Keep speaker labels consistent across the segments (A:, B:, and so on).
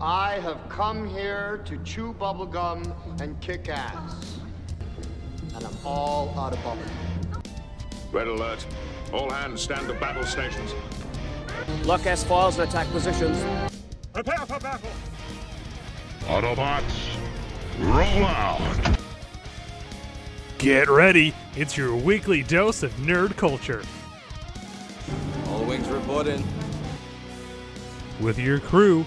A: I have come here to chew bubblegum and kick ass. And I'm all out of bubblegum.
B: Red alert. All hands stand to battle stations.
C: Lock S files and attack positions.
B: Prepare for battle.
D: Autobots, roll out!
E: Get ready. It's your weekly dose of nerd culture
F: All wings reporting.
E: with your crew,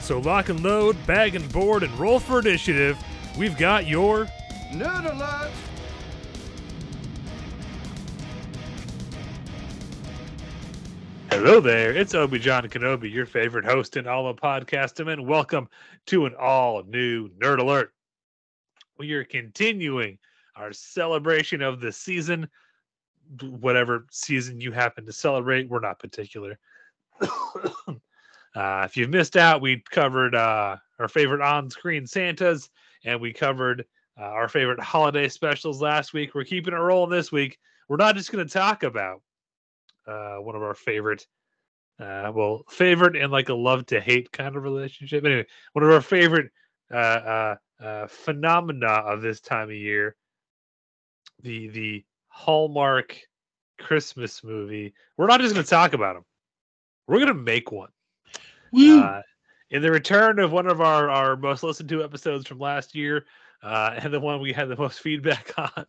E: So lock and load, bag and board, and roll for initiative. We've got your
A: Nerd alert!
E: Hello there, it's Obi-John Kenobi, your favorite host in Alma Podcastum, and welcome to an all-new Nerd Alert. We are continuing our celebration of the season, whatever season you happen to celebrate, we're not particular. uh, if you've missed out, we covered uh, our favorite on-screen Santas, and we covered uh, our favorite holiday specials last week. We're keeping it rolling this week. We're not just going to talk about uh, one of our favorite, uh, well, favorite and like a love to hate kind of relationship. Anyway, one of our favorite uh, uh, uh, phenomena of this time of year, the the Hallmark Christmas movie. We're not just going to talk about them. We're going to make one. Uh, in the return of one of our, our most listened to episodes from last year, uh, and the one we had the most feedback on,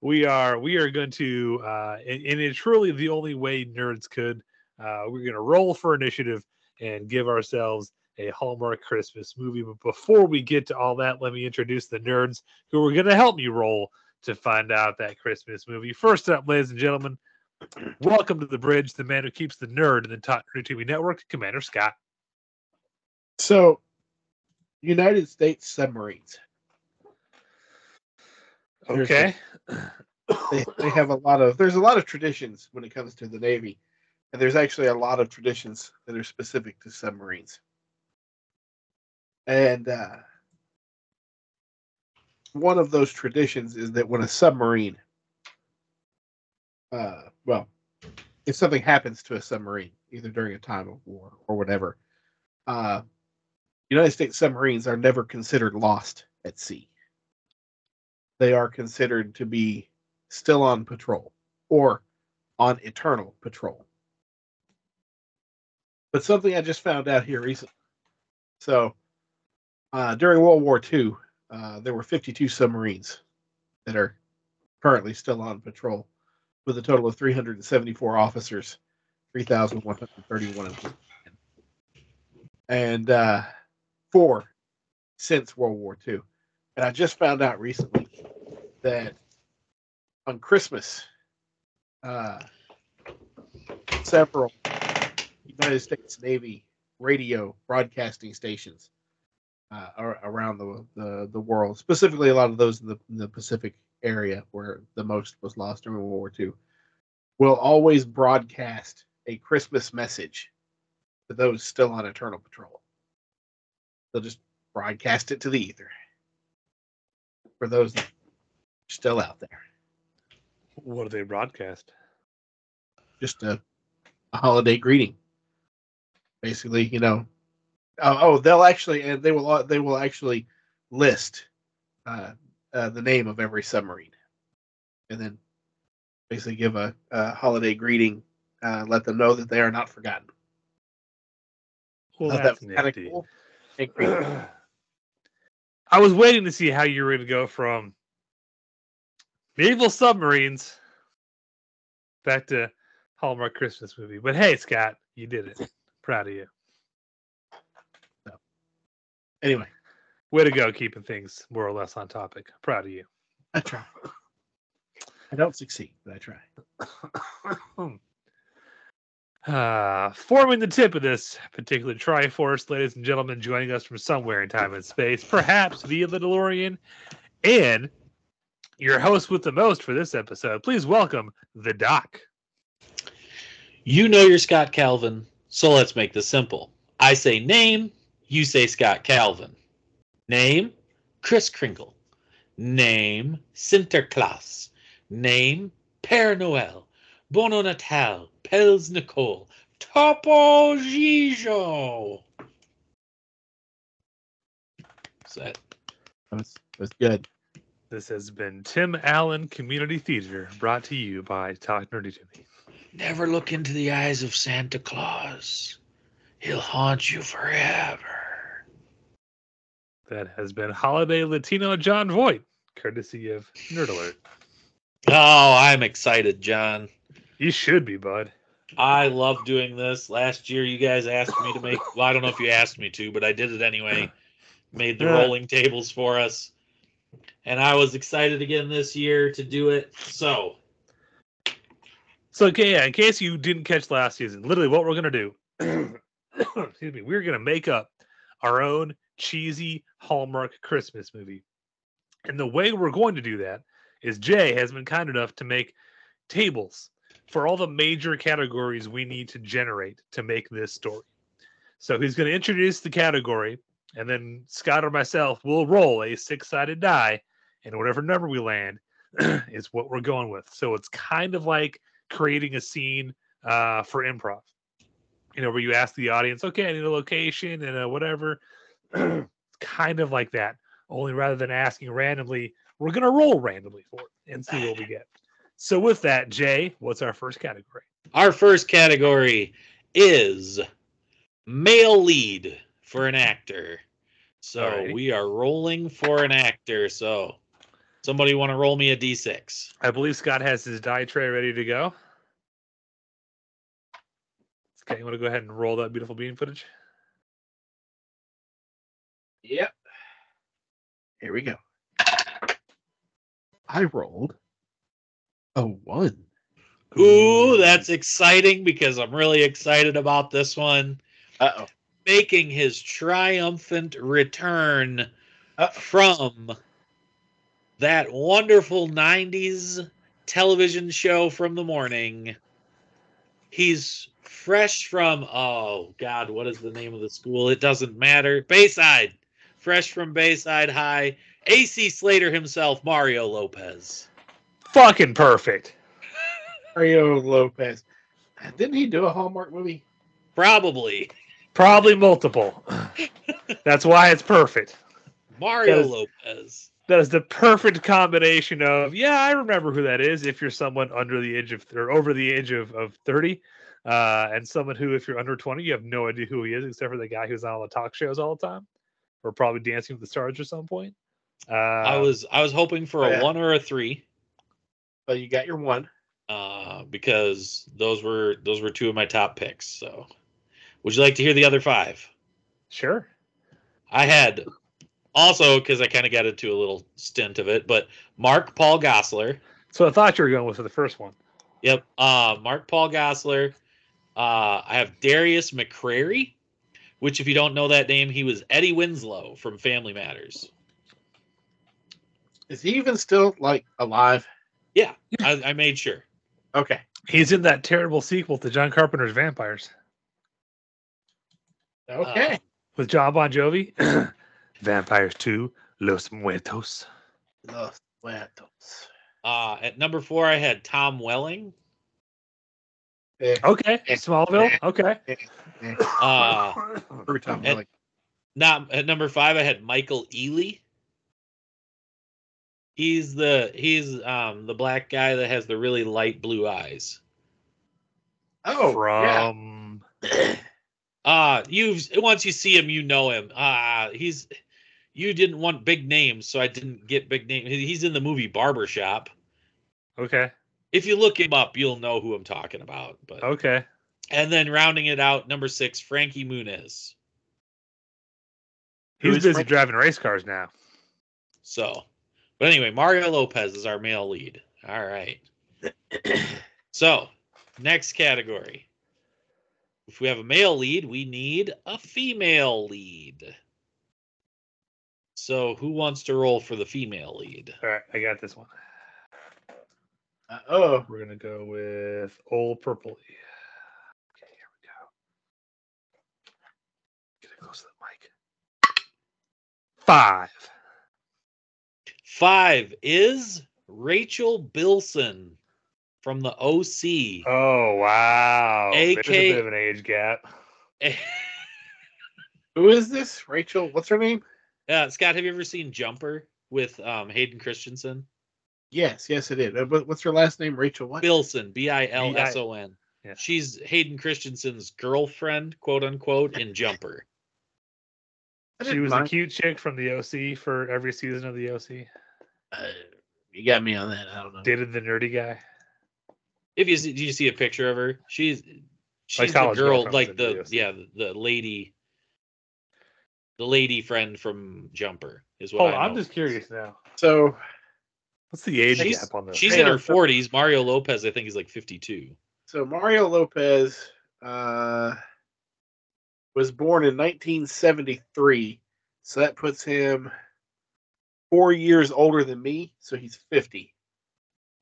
E: we are we are going to, uh, and, and it's truly the only way nerds could. Uh, we're going to roll for initiative and give ourselves a Hallmark Christmas movie. But before we get to all that, let me introduce the nerds who are going to help me roll to find out that Christmas movie. First up, ladies and gentlemen, welcome to the bridge, the man who keeps the nerd in the Top Nerd TV Network, Commander Scott.
G: So, United States submarines. There's a-
E: Okay.
G: They, they have a lot of. There's a lot of traditions when it comes to the Navy, and there's actually a lot of traditions that are specific to submarines. And uh, one of those traditions is that when a submarine, uh, well, if something happens to a submarine, either during a time of war or whatever, uh, United States submarines are never considered lost at sea. They are considered to be still on patrol or on eternal patrol. But something I just found out here recently. So, uh, during World War II, uh, there were 52 submarines that are currently still on patrol, with a total of 374 officers, 3,131 employees. and uh, four since World War II. And I just found out recently that on Christmas, uh, several United States Navy radio broadcasting stations uh, ar- around the, the the world, specifically a lot of those in the, in the Pacific area where the most was lost during World War II, will always broadcast a Christmas message to those still on Eternal Patrol. They'll just broadcast it to the ether for those that are still out there.
E: What do they broadcast?
G: just a, a holiday greeting. Basically, you know, uh, oh, they'll actually and they will they will actually list uh, uh, the name of every submarine, and then basically give a, a holiday greeting, uh, let them know that they are not forgotten.
E: Well,
G: Thought
E: that's
G: was kinda
E: nifty.
G: cool. Hey, great.
E: I was waiting to see how you were going to go from medieval submarines back to Hallmark Christmas movie. But hey, Scott, you did it. Proud of you.
G: Anyway,
E: Way to go, keeping things more or less on topic. Proud of you.
G: I try. I don't succeed, but I try.
E: Uh, forming the tip of this particular Triforce, ladies and gentlemen, joining us from somewhere in time and space, perhaps via the DeLorean, and your host with the most for this episode. Please welcome the Doc.
H: You know you're Scott Calvin, so let's make this simple. I say name, you say Scott Calvin. Name, Chris Kringle. Name, Sinterklaas. Name, Père Noël. Bono Natal, Pels Nicole, Topo Gijo. Is that
G: That's that's good.
E: This has been Tim Allen Community Theater, brought to you by Talk Nerdy to Me.
H: never look into the eyes of Santa Claus? He'll haunt you forever.
E: That has been Holiday Latino John Voight, courtesy of Nerd Alert.
H: Oh, I'm excited, John.
E: You should be, bud.
H: I love doing this. Last year, you guys asked me to make. Well, I don't know if you asked me to, but I did it anyway. Made the
E: Yeah.
H: rolling tables for us, and I was excited again this year to do it. So
E: So, okay, yeah, in case you didn't catch last season, literally what we're going to do, excuse me, we're going to make up our own cheesy Hallmark Christmas movie. And the way we're going to do that is Jay has been kind enough to make tables for all the major categories we need to generate to make this story. So he's going to introduce the category, and then Scott or myself will roll a six sided die, and whatever number we land is what we're going with. So it's kind of like creating a scene uh, for improv. You know, where you ask the audience, okay, I need a location and a whatever. kind of like that, only rather than asking randomly, we're going to roll randomly for it and see what we get. So, with that, Jay, what's our first category?
H: Our first category is male lead for an actor. So
E: Alrighty.
H: we are rolling for an actor. So somebody want to roll me a d6?
E: I believe Scott has his die tray ready to go. Okay, you want to go ahead and roll that beautiful bean footage?
G: Yep. Here we go. I rolled a one. Hmm.
H: Ooh, that's exciting because I'm really excited about this one.
G: Uh oh.
H: Making his triumphant return
G: Uh,
H: from that wonderful 90s television show from the morning. He's fresh from, oh God, what is the name of the school? It doesn't matter. Bayside. Fresh from Bayside High. AC Slater himself, Mario Lopez.
E: Fucking perfect.
G: Mario Lopez. Didn't he do a Hallmark movie?
H: Probably
E: Probably multiple. that's why it's perfect.
H: Mario
E: Yes.
H: Lopez.
E: That is the perfect combination of yeah, I remember who that is. If you're someone under the age of or over the age of, of thirty, uh, and someone who, if you're under twenty, you have no idea who he is except for the guy who's on all the talk shows all the time, or probably Dancing with the Stars or some point. Uh,
H: I was I was hoping for
G: oh,
H: a
G: yeah.
H: one or a three.
G: So you got your one.
H: uh, because those were those were two of my top picks. So, would you like to hear the other five?
E: sure.
H: I had also because I kind of got into a little stint of it, but Mark Paul Gossler.
E: So I thought you were going with for the first one.
H: Yep, uh, Mark Paul Gossler. Uh, I have Darius McCrary, which, if you don't know that name, he was Eddie Winslow from Family Matters.
G: Is he even still like alive?
H: I, I made sure.
G: Okay.
E: He's in that terrible sequel to John Carpenter's Vampires
G: Okay.
E: with John Bon Jovi. Vampires Two, Los Muertos.
G: Los Muertos.
H: Uh, at number four, I had Tom Welling.
G: Eh,
E: Okay, Smallville. Okay.
G: eh,
H: Uh,
G: screw Tom
H: And-
G: Welling.
H: Not at number five, I had Michael Ealy. He's the he's um the black guy that has the really light blue eyes.
G: Oh, yeah.
E: from
H: Uh you've once you see him, you know him. Uh he's you didn't want big names, so I didn't get big name. He- He's in the movie Barbershop.
E: Okay.
H: If you look him up, you'll know who I'm talking about. But
E: Okay.
H: and then rounding it out, number six, Frankie Muniz.
E: He's
G: Who's
E: busy
G: Frank-
E: driving race cars now.
H: So, but anyway, Mario Lopez is our male lead. All right. so, next category If we have a male lead, we need a female lead. So who wants to roll for the female lead?
E: All right, I got this one.
G: Uh, oh,
E: We're gonna go with old purple. Okay, here we go. Get it close to the mic. Five.
H: Five is Rachel Bilson from the OC.
E: Oh wow. There's
H: AK
E: a bit of an age gap.
G: who is this? Rachel? What's her name?
H: Uh, Scott, have you ever seen Jumper with um, Hayden Christensen?
G: Yes, yes, it is. Uh, what- What's her last name? Rachel? What?
H: Bilson, B I L S O N.
E: Yeah.
H: She's Hayden Christensen's girlfriend, quote unquote, in Jumper.
G: I
E: She
G: didn't
E: was a
G: mind.
E: cute chick from the OC for every season of the OC.
G: Uh, you got me on that. I don't know.
E: Dated the nerdy guy.
H: If you see, do you see a picture of her? She's she's the
E: college
H: girl,
E: girlfriends
H: like
E: in
H: the
E: videos.
H: yeah, the lady, the lady friend from Jumper is what.
E: Hold
H: I
E: on, I'm
H: know.
E: just curious now.
G: so
E: What's the age
H: She's-
E: gap on this?
H: She's
G: Hang
H: in
G: on,
H: her
G: so-
H: forties. Mario Lopez, I think, is like fifty-two.
G: So Mario Lopez uh, was born in 1973, so that puts him four years older than me. So he's 50.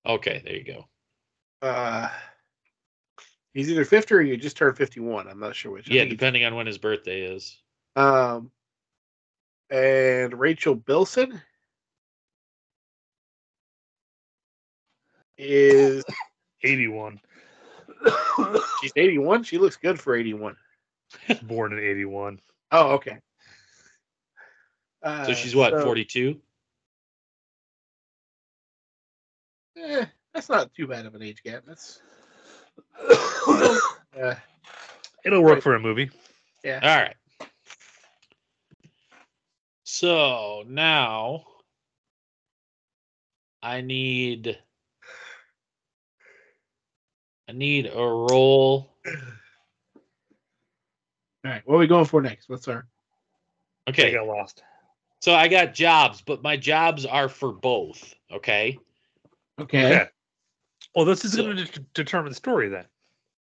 H: Okay, there you go.
G: Uh, he's either 50 or you just turned 51. I'm not sure which. I
H: Yeah,
G: think he's-
H: depending on when his birthday is.
G: Um, and Rachel Bilson is
E: 81.
G: she's 81. She looks good for 81.
E: Born in 81.
G: Oh, okay. Uh,
H: So she's what, forty-two?
G: eh, that's not too bad of an age gap. That's uh,
E: It'll work
G: Right.
E: for a movie.
G: yeah.
H: All right. So now I need I need a roll.
G: All right, what are we going for next? What's our?
E: I
H: Okay.
E: got lost.
H: So I got jobs, but my jobs are for both, okay?
G: Okay.
E: Okay. Well, this is
H: So-
E: going to de- determine the story then.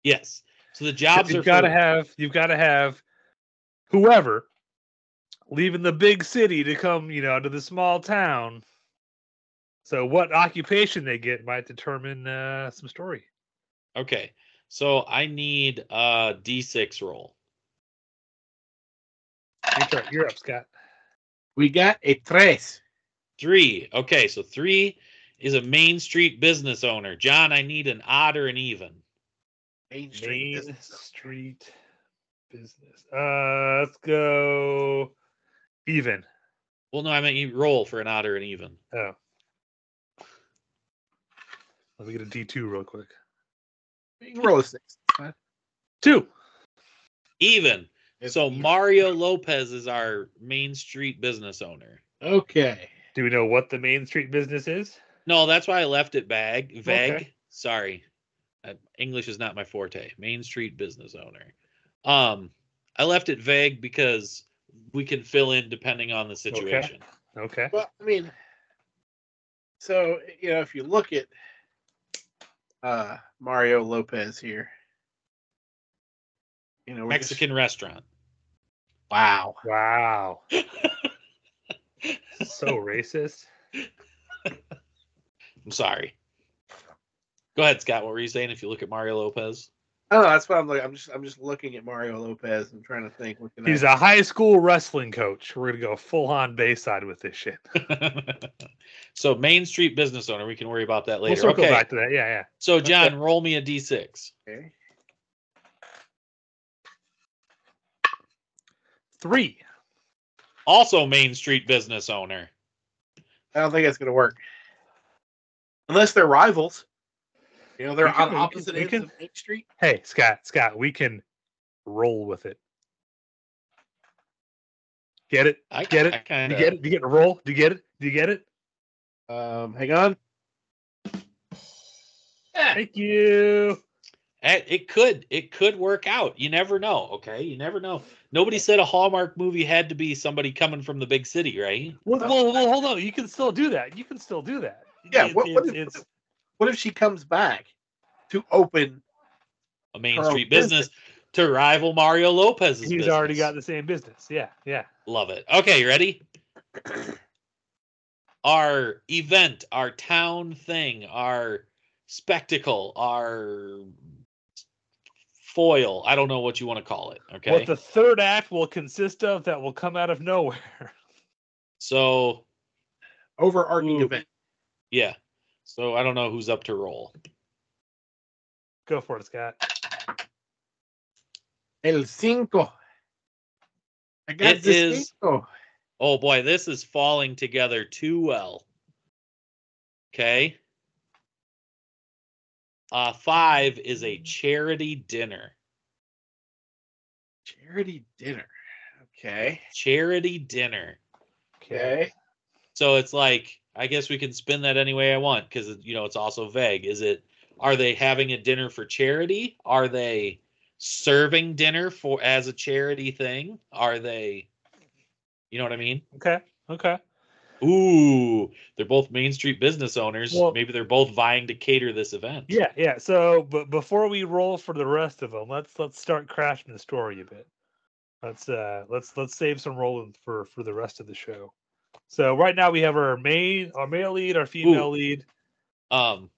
H: Yes. So the jobs are
E: you've got to
H: for-
E: have you've got to have whoever leaving the big city to come you know to the small town so what occupation they get might determine uh, some story
H: Okay. So I need a d6 roll.
E: your turn. you're up scott
G: We got a tres.
H: 3. Okay, so 3 is a Main Street business owner. John, I need an odd or an even.
G: Main Street.
E: main
G: business.
E: street business uh let's go even
H: Well, no, I meant you roll for an odd or an even.
E: oh let me get a d2 real quick
G: You can roll a six.
E: two
H: Even. So Mario Lopez is our Main Street business owner.
G: Okay.
E: do we know what the main street business is
H: No, that's why I left it bag vague.
E: Okay.
H: Sorry, Uh, English is not my forte. Main Street business owner. Um, I left it vague because we can fill in depending on the situation.
E: okay
G: Well, I mean, so you know, if you look at uh Mario Lopez here, you know, we're just-
H: Mexican restaurant.
G: wow.
E: Wow. so racist.
H: I'm sorry. Go ahead, Scott. What were you saying? If you look at Mario Lopez,
G: Oh, that's what I'm like. I'm just, I'm just looking at Mario Lopez and trying to think. What can
E: He's
G: I,
E: a high school wrestling coach. We're gonna go full on Bayside with this shit.
H: so Main Street business owner. We can worry about that
E: We'll
H: later.
E: circle
H: okay.
E: back to that. Yeah, yeah.
H: So John, roll me a d6.
G: okay.
E: Three.
H: Also Main Street business owner.
G: I don't think that's going to work. Unless they're rivals. You know, they're
E: We can-
G: on
E: we
G: opposite
E: can- we
G: ends
E: can-
G: of Main Street.
E: Hey, Scott, Scott, we can roll with it. Get it?
H: I
E: Get it?
H: I kind
E: Do
H: of
E: you get it? Do you get a roll? Do you get it? Do you get it?
G: Um, hang on.
E: Thank you.
H: It, Eh, it could it could work out. You never know. Okay, you never know. Nobody said a Hallmark movie had to be somebody coming from the big city, right?
E: Well, well, well, hold on. You can still do that. You can still do that.
G: Yeah,
E: It-
G: what- what
E: it's-
G: if-
E: it's-
G: What if she comes back to open
H: A Main
G: Her
H: Street
G: business.
H: business. to rival Mario Lopez's.
E: He's
H: business.
E: already got the same business. Yeah, yeah.
H: Love it. Okay, you ready? our event, our town thing, our spectacle, our foil. I don't know what you want to call it. Okay.
E: What the third act will consist of that will come out of nowhere.
H: so,
G: Overarching
H: Ooh.
G: event.
H: yeah. So I don't know who's up to roll.
E: Go for it, Scott.
G: El cinco. I got
H: It
G: the
H: is-
G: cinco.
H: Oh boy, this is falling together too well. Okay. Uh, five is a charity dinner.
G: Charity dinner. Okay.
H: Charity dinner.
G: Okay.
H: So it's like, I guess we can spin that any way I want because you know it's also vague. Is it? Are they having a dinner for charity? Are they serving dinner for as a charity thing? Are they? You know what I mean?
E: Okay. Okay.
H: Ooh, they're both Main Street business owners.
E: Well-
H: Maybe they're both vying to cater this event.
E: Yeah, yeah. So, but before we roll for the rest of them, let's let's start crafting the story a bit. Let's uh let's let's save some rolling for for the rest of the show. So right now we have our main our male lead, our female lead.
H: Um,
E: We-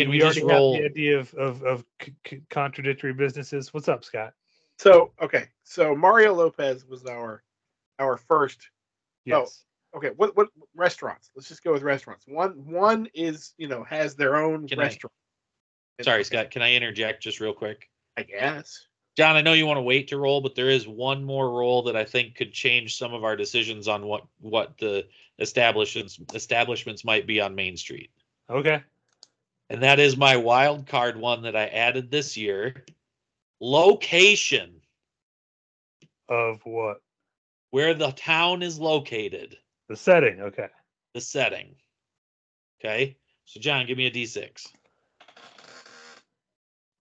H: can
E: we,
H: we, just
E: already
H: roll?
E: have the idea of of, of c- c- contradictory businesses? What's up, Scott?
G: So okay. So Mario Lopez was our our first
E: Yes.
G: okay what what restaurants let's just go with restaurants one one is you know has their own
H: Can I-
G: restaurant
H: Sorry, Scott. Can I interject just real quick?
G: i guess
H: John, I know you want to wait to roll, but there is one more roll that I think could change some of our decisions on what what the establishments establishments might be on Main Street.
E: Okay.
H: And that is my wild card one that I added this year. Location,
E: Of what
H: where the town is located,
E: the setting? Okay.
H: the setting. Okay? So John, give me a d6.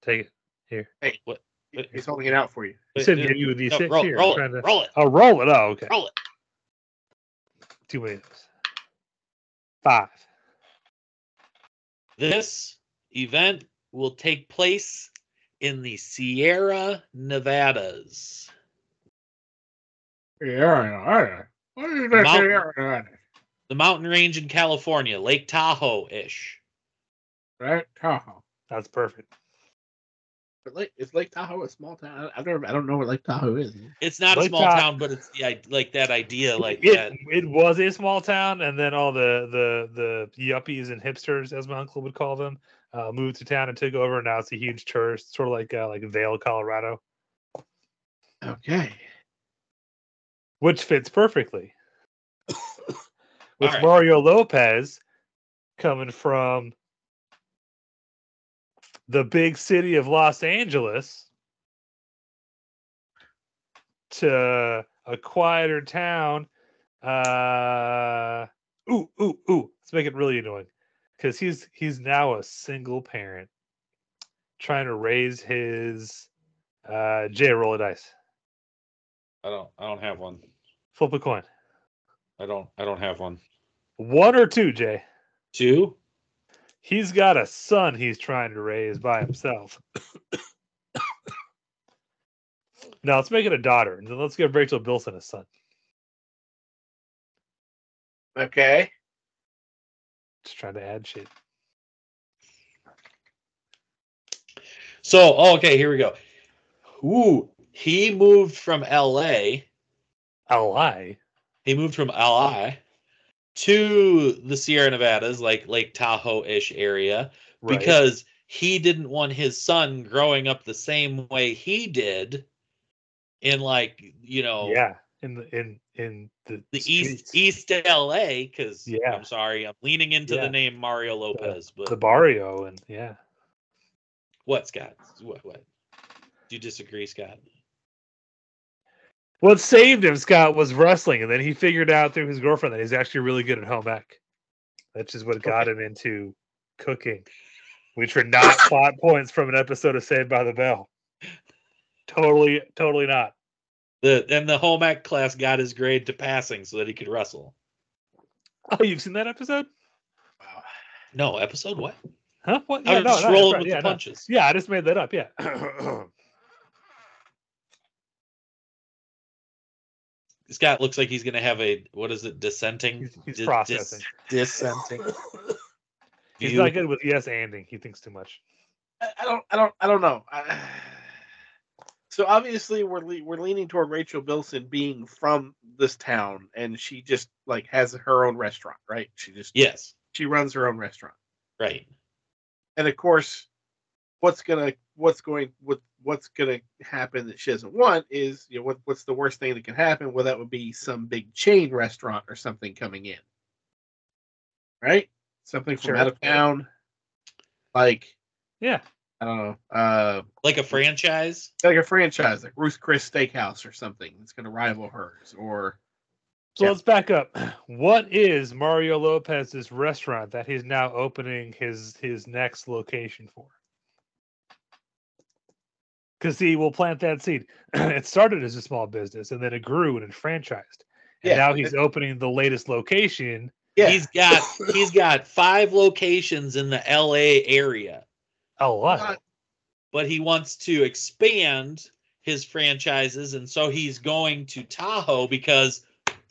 E: Take it.
H: Wait,
G: he's holding it out for you
E: You
H: wait,
E: said
H: no,
E: give you a
H: no,
E: D6
H: roll,
E: here.
H: roll
E: I'm trying
H: it,
E: to-
H: roll it,
E: Oh, roll it. Oh, okay.
H: roll it.
E: Two ways. Five.
H: This event will take place in the Sierra Nevadas.
G: yeah I know, I know. What is that?
H: Mount-
G: Yeah, I know.
H: The mountain range in California, Lake Tahoe ish.
G: right tahoe
E: That's perfect.
G: but lake, is lake tahoe a small town I- i've never i don't know what lake tahoe is
H: It's not
E: Lake
H: a small
E: Ta-
H: town, but it's the, i- like that idea, like
E: it,
H: that.
E: it was a small town, and then all the the the yuppies and hipsters, as my uncle would call them, uh, moved to town and took over. And now it's a huge tourist, sort of like uh, like Vale, Colorado,
G: okay
E: which fits perfectly with
H: Alright.
E: Mario Lopez coming from the big city of Los Angeles to a quieter town. Uh, ooh, ooh, ooh. Let's make it really annoying because he's he's now a single parent trying to raise his uh Jay roll a dice.
H: I don't. I don't have one.
E: Flip a coin.
H: I don't. I don't have one.
E: One or two, Jay.
H: Two.
E: He's got a son he's trying to raise by himself. now let's make it a daughter, and then let's give Rachel Bilson a son.
G: okay
E: Just trying to add shit.
H: So oh, okay, here we go. Ooh, he moved from L.A.
E: Ally.
H: He moved from L.I. to the Sierra Nevadas, like Lake Tahoe ish area,
E: Right.
H: because he didn't want his son growing up the same way he did. In like you know,
E: yeah, in the in in the,
H: the
E: streets.
H: East East LA because
E: Yeah.
H: I'm sorry, I'm leaning into
E: Yeah.
H: the name Mario Lopez, but
E: the barrio, and yeah.
H: what Scott? What what? Do you disagree, Scott?
E: What saved him, Scott, was wrestling, and then he figured out through his girlfriend that he's actually really good at home ec. That's just what got him into cooking, which were not plot points from an episode of Saved by the Bell. Totally, totally not.
H: The and the home ec class got his grade to passing so that he could wrestle.
E: Oh, you've seen that episode?
G: wow
H: No episode what?
E: Huh? What?
H: I was just
E: that's
H: rolling
E: right.
H: with
E: yeah,
H: the
E: no.
H: punches.
E: Yeah, I just made that up. Yeah.
H: Scott looks like he's going to have a what is it? Dissenting.
E: He's, he's
H: Dis- dis-
E: processing.
G: Dissenting.
E: He's
H: view.
E: not good with yes anding. He thinks too much.
G: I, I don't. I don't. I don't know. I, so obviously we're le- we're leaning toward Rachel Bilson being from this town, and she just like has her own restaurant, right? She just
H: Yes,
G: she runs her own restaurant,
H: right.
G: and of course, what's gonna what's going what what's gonna happen that she doesn't want is you know what what's the worst thing that can happen? Well, that would be some big chain restaurant or something coming in, right? Something from
E: Sure.
G: out of town, like
E: Yeah.
G: I don't know. Uh,
H: Like a franchise.
G: like a franchise, like Ruth Chris Steakhouse or something that's going to rival hers, or
E: So
G: Yeah.
E: let's back up. What is Mario Lopez's restaurant that he's now opening his his next location for? Because see, we'll plant that seed. it started as a small business, and then it grew and enfranchised, and
G: Yeah.
E: now he's opening the latest location.
G: yeah,
H: He's got he's got five locations in the L.A. area,
E: A lot.
G: Not-
H: but he wants to expand his franchises, and so he's going to Tahoe because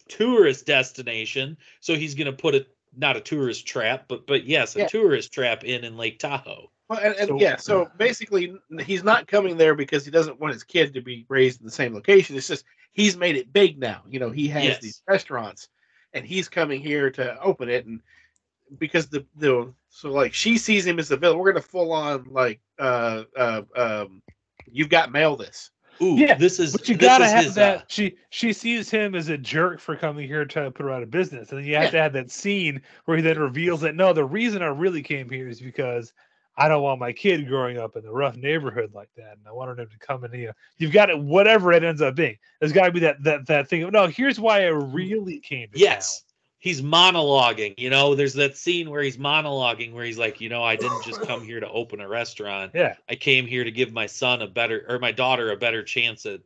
H: tourist destination. So he's going to put a not a tourist trap, but but yes, a
G: Yeah.
H: tourist trap in in Lake Tahoe.
G: well, and, and
E: So-
G: yeah. So basically, n- he's not coming there because he doesn't want his kid to be raised in the same location. It's just he's made it big now. You know, he has
H: Yes.
G: these restaurants, and he's coming here to open it, and because the the so like she sees him as the villain. We're going to full on like uh uh um, you've got mail this.
H: Ooh,
E: Yeah,
H: this is
E: But you
H: this
E: gotta
H: is
E: have
H: his,
E: that.
H: uh,
E: she she sees him as a jerk for coming here trying to put her out of business, and then you have
G: Yeah.
E: to have that scene where he then reveals that no, the reason I really came here is because I don't want my kid growing up in a rough neighborhood like that, and I wanted him to come in. You know, you've got it, whatever it ends up being. There's got to be that that that thing. Of, no, here's why I really came. To
H: Yes. He's monologuing, you know. There's that scene where he's monologuing, where he's like, you know, I didn't just come here to open a restaurant.
E: town." Yeah.
H: I came here to give my son a better or my daughter a better chance at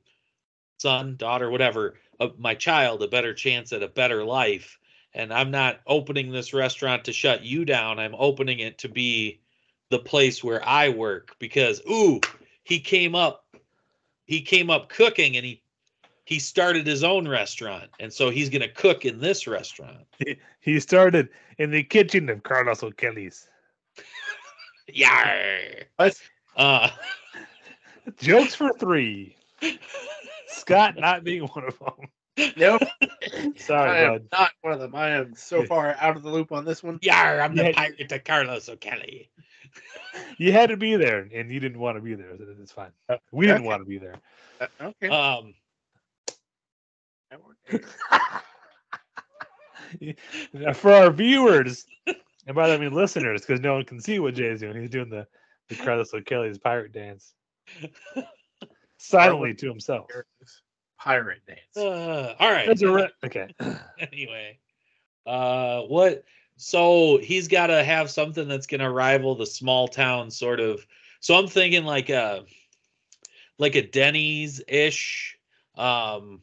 H: son, daughter, whatever, of my child a better chance at a better life. And I'm not opening this restaurant to shut you down. I'm opening it to be the place where I work because ooh, he came up he came up cooking and he he started his own restaurant. And so he's going to cook in this restaurant.
E: He started in the kitchen of Carlos O'Kelly's.
H: Yar.
G: That's
H: Uh
E: Jokes for three. Scott not being one of them.
G: no, I
E: Sorry, bud.
G: am not one of them. I am so far out of the loop on this one.
H: yar, I'm
E: Yeah.
H: the pirate of Carlos O'Kelly.
E: you had to be there and you didn't want to be there. so It's fine. We didn't want to be there.
G: Uh, okay.
H: Um
G: That worked.
E: For our viewers, and by that I mean listeners, because no one can see what Jay's doing. He's doing the, the Carlos O'Kelly's pirate dance silently to himself.
G: There it is. pirate dance.
H: Uh, all right.
E: That's a re- okay.
H: anyway, uh, what? So he's got to have something that's going to rival the small town sort of. So I'm thinking like a like a Denny's ish, um,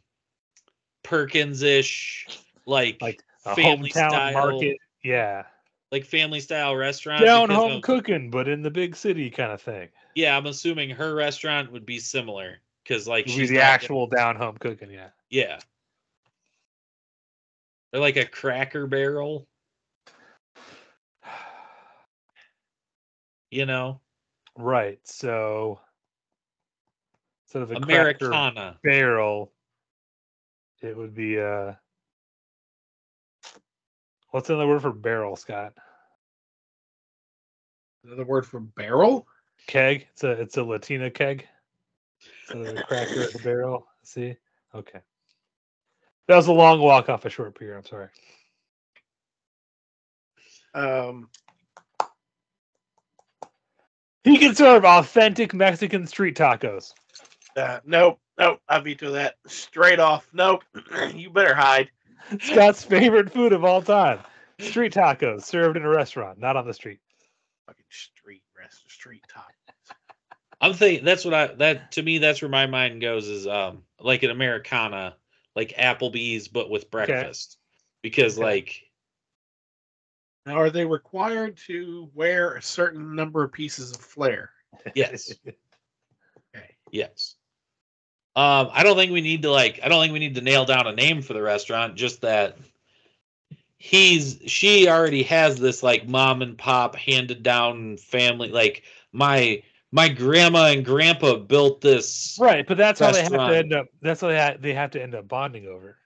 H: Perkins ish, like
E: Like A
H: family
E: hometown
H: style,
E: market. Yeah.
H: like family style restaurant.
E: Down
H: because oh,
E: home
H: I'm-
E: cooking, but in the big city kind of thing.
H: yeah, I'm assuming her restaurant would be similar because like
E: She's, the
H: not gonna-
E: actual down home cooking. Yeah.
H: yeah. Or like a Cracker Barrel, you know,
E: Right. So instead of a cracker
H: Americana.
E: barrel, it would be uh what's another word for barrel, Scott?
G: Another word for barrel?
E: Keg. It's a it's a Latina keg. Instead of a cracker it's a barrel. See? Okay. That was a long walk off a short pier. I'm sorry.
G: Um,
E: He can serve authentic Mexican street tacos.
G: uh, nope, nope. I veto that straight off. Nope. you better hide.
E: Scott's favorite food of all time. Street tacos served in a restaurant, not on the street.
G: Fucking street rest, street top.
H: I'm thinking that's what I that to me that's where my mind goes is um like an Americana, like Applebee's but with breakfast. Because
E: Okay.
H: like
G: Now, are they required to wear a certain number of pieces of flair?
H: yes,
G: Okay.
H: yes. Um, I don't think we need to like. I don't think we need to nail down a name for the restaurant. Just that he's she already has this like mom and pop handed down family. Like my my grandma and grandpa built this.
E: Right, but that's how they have
H: Restaurant.
E: to end up. That's how they ha- they have to end up bonding over.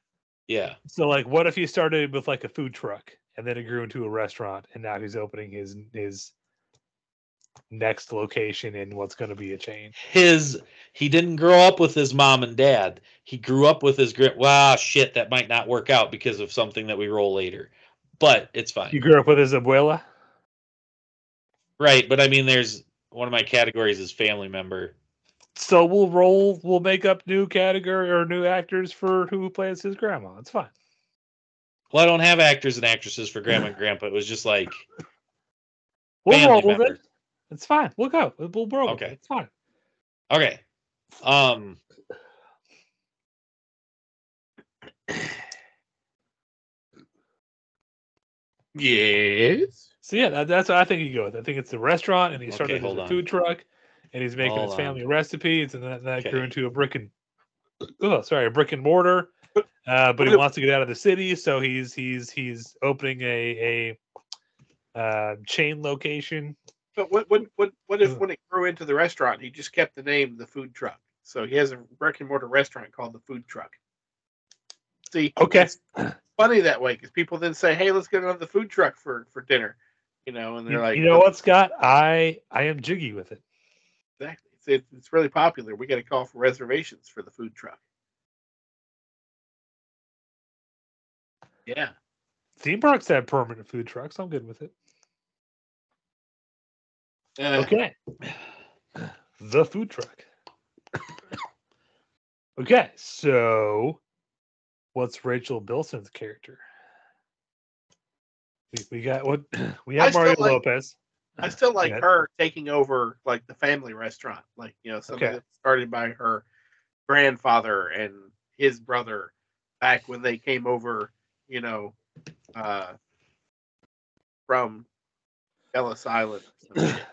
H: Yeah,
E: So, like, what if he started with like a food truck and then it grew into a restaurant, and now he's opening his his next location in what's going to be a chain?
H: his he didn't grow up with his mom and dad. He grew up with his grand. Wow, shit, that might not work out because of something that we roll later. But it's fine.
E: You grew up with his abuela.
H: Right, but I mean, there's one of my categories is family member.
E: So we'll roll. We'll make up new category or new actors for who plays his grandma. It's fine.
H: Well, I don't have actors and actresses for grandma and grandpa. It was just like
E: We'll
H: family
E: roll with
H: member.
E: it. It's fine. We'll go. We'll, we'll roll. with it.
H: Okay.
E: it's fine.
H: Okay. Um.
G: Yes.
E: So yeah, that, that's what I think you go with. I think it's the restaurant, and he
H: Okay,
E: started with
H: hold
E: a
H: on.
E: food truck, and he's making
H: Hold
E: his
H: on.
E: family recipes, and that, that grew
H: Okay.
E: into a brick and oh, sorry, a brick and mortar. Uh, but he wants to get out of the city, so he's he's he's opening a a uh, chain location.
G: But what what what what
E: Mm.
G: if when it grew into the restaurant, he just kept the name the food truck? So he has a brick and mortar restaurant called the Food Truck. See,
E: Okay.
G: it's funny that way because people then say, "Hey, let's get another food truck for for dinner," you know, and they're
E: You,
G: like,
E: you know what, Scott? I I am jiggy with it.
G: Exactly. It's, it's- it's really popular. We got to call for reservations for the food truck. Yeah.
E: Theme parks have permanent food trucks. I'm good with it.
G: Uh,
E: Okay. The food truck. okay, so what's Rachel Bilson's character? We, we got what we
G: I
E: have
G: still
E: Mario
G: like-
E: Lopez.
G: I still like
E: Yeah.
G: her taking over like the family restaurant, like you know something
E: Okay.
G: that started by her grandfather and his brother back when they came over, you know, uh, from Ellis Island. or some shit.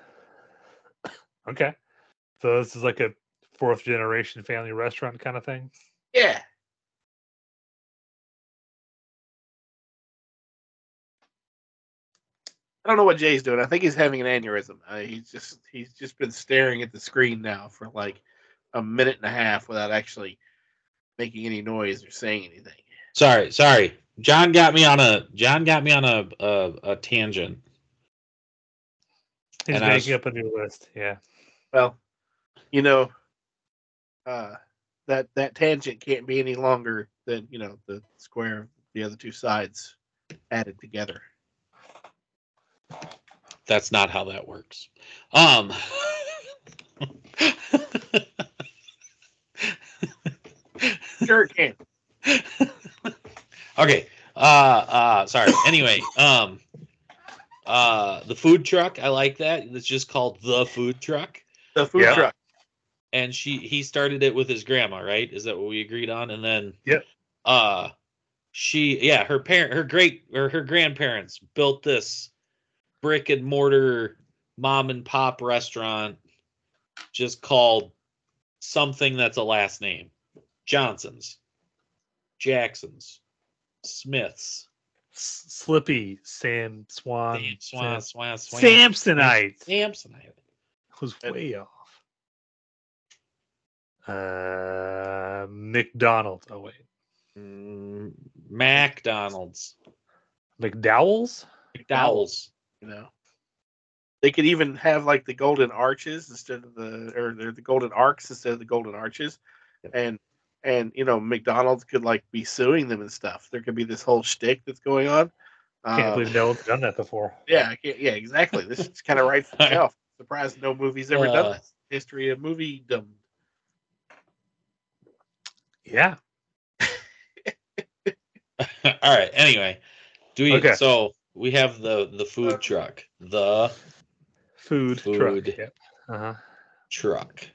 E: Okay. So this is like a fourth generation family restaurant kind of thing.
G: yeah. I don't know what Jay's doing. I think he's having an aneurysm. Uh, he's just he's just been staring at the screen now for like a minute and a half without actually making any noise or saying anything.
H: Sorry, sorry. John got me on a John got me on a a, a tangent.
E: He's
H: And I was-
E: making up a new list. Yeah.
G: Well, you know, uh, that that tangent can't be any longer than you know the square of the other two sides added together.
H: That's not how that works. Um.
G: Sure, it can.
H: okay. Uh. Uh. Sorry. Anyway. Um. Uh. The food truck. I like that. It's just called the food truck.
G: The food
E: Yeah.
G: truck.
H: and she he started it with his grandma, right? Is that what we agreed on? And then
E: Yep.
H: uh she yeah, her parent her great or her grandparents built this brick and mortar mom and pop restaurant just called something that's a last name. Johnson's, Jackson's, Smith's,
E: S- Slippy, Sam Swan,
H: Sam, Swan,
E: Sam-
H: Swan, Swan,
E: Samsonite.
H: Samson, I-
E: was
G: And-
E: way off. Uh, McDonald's. Oh wait,
H: Mm, McDonald's, Uh,
E: McDowell's.
H: McDowell's.
G: You know, they could even have like the golden arches instead of the or they're the golden arcs instead of the golden arches, and and you know McDonald's could like be suing them and stuff. There could be this whole shtick that's going on.
E: Can't
G: Uh,
E: believe no one's done that before.
G: yeah, I can't, yeah, exactly. This is kind of right for itself. Surprised no movie's ever
E: Uh.
G: done this. History of movie dumb.
E: Yeah.
H: All right. Anyway, do we?
E: Okay.
H: So we have the the food truck, the
E: Food,
H: Food.
E: truck. Yep. Uh-huh.
H: truck.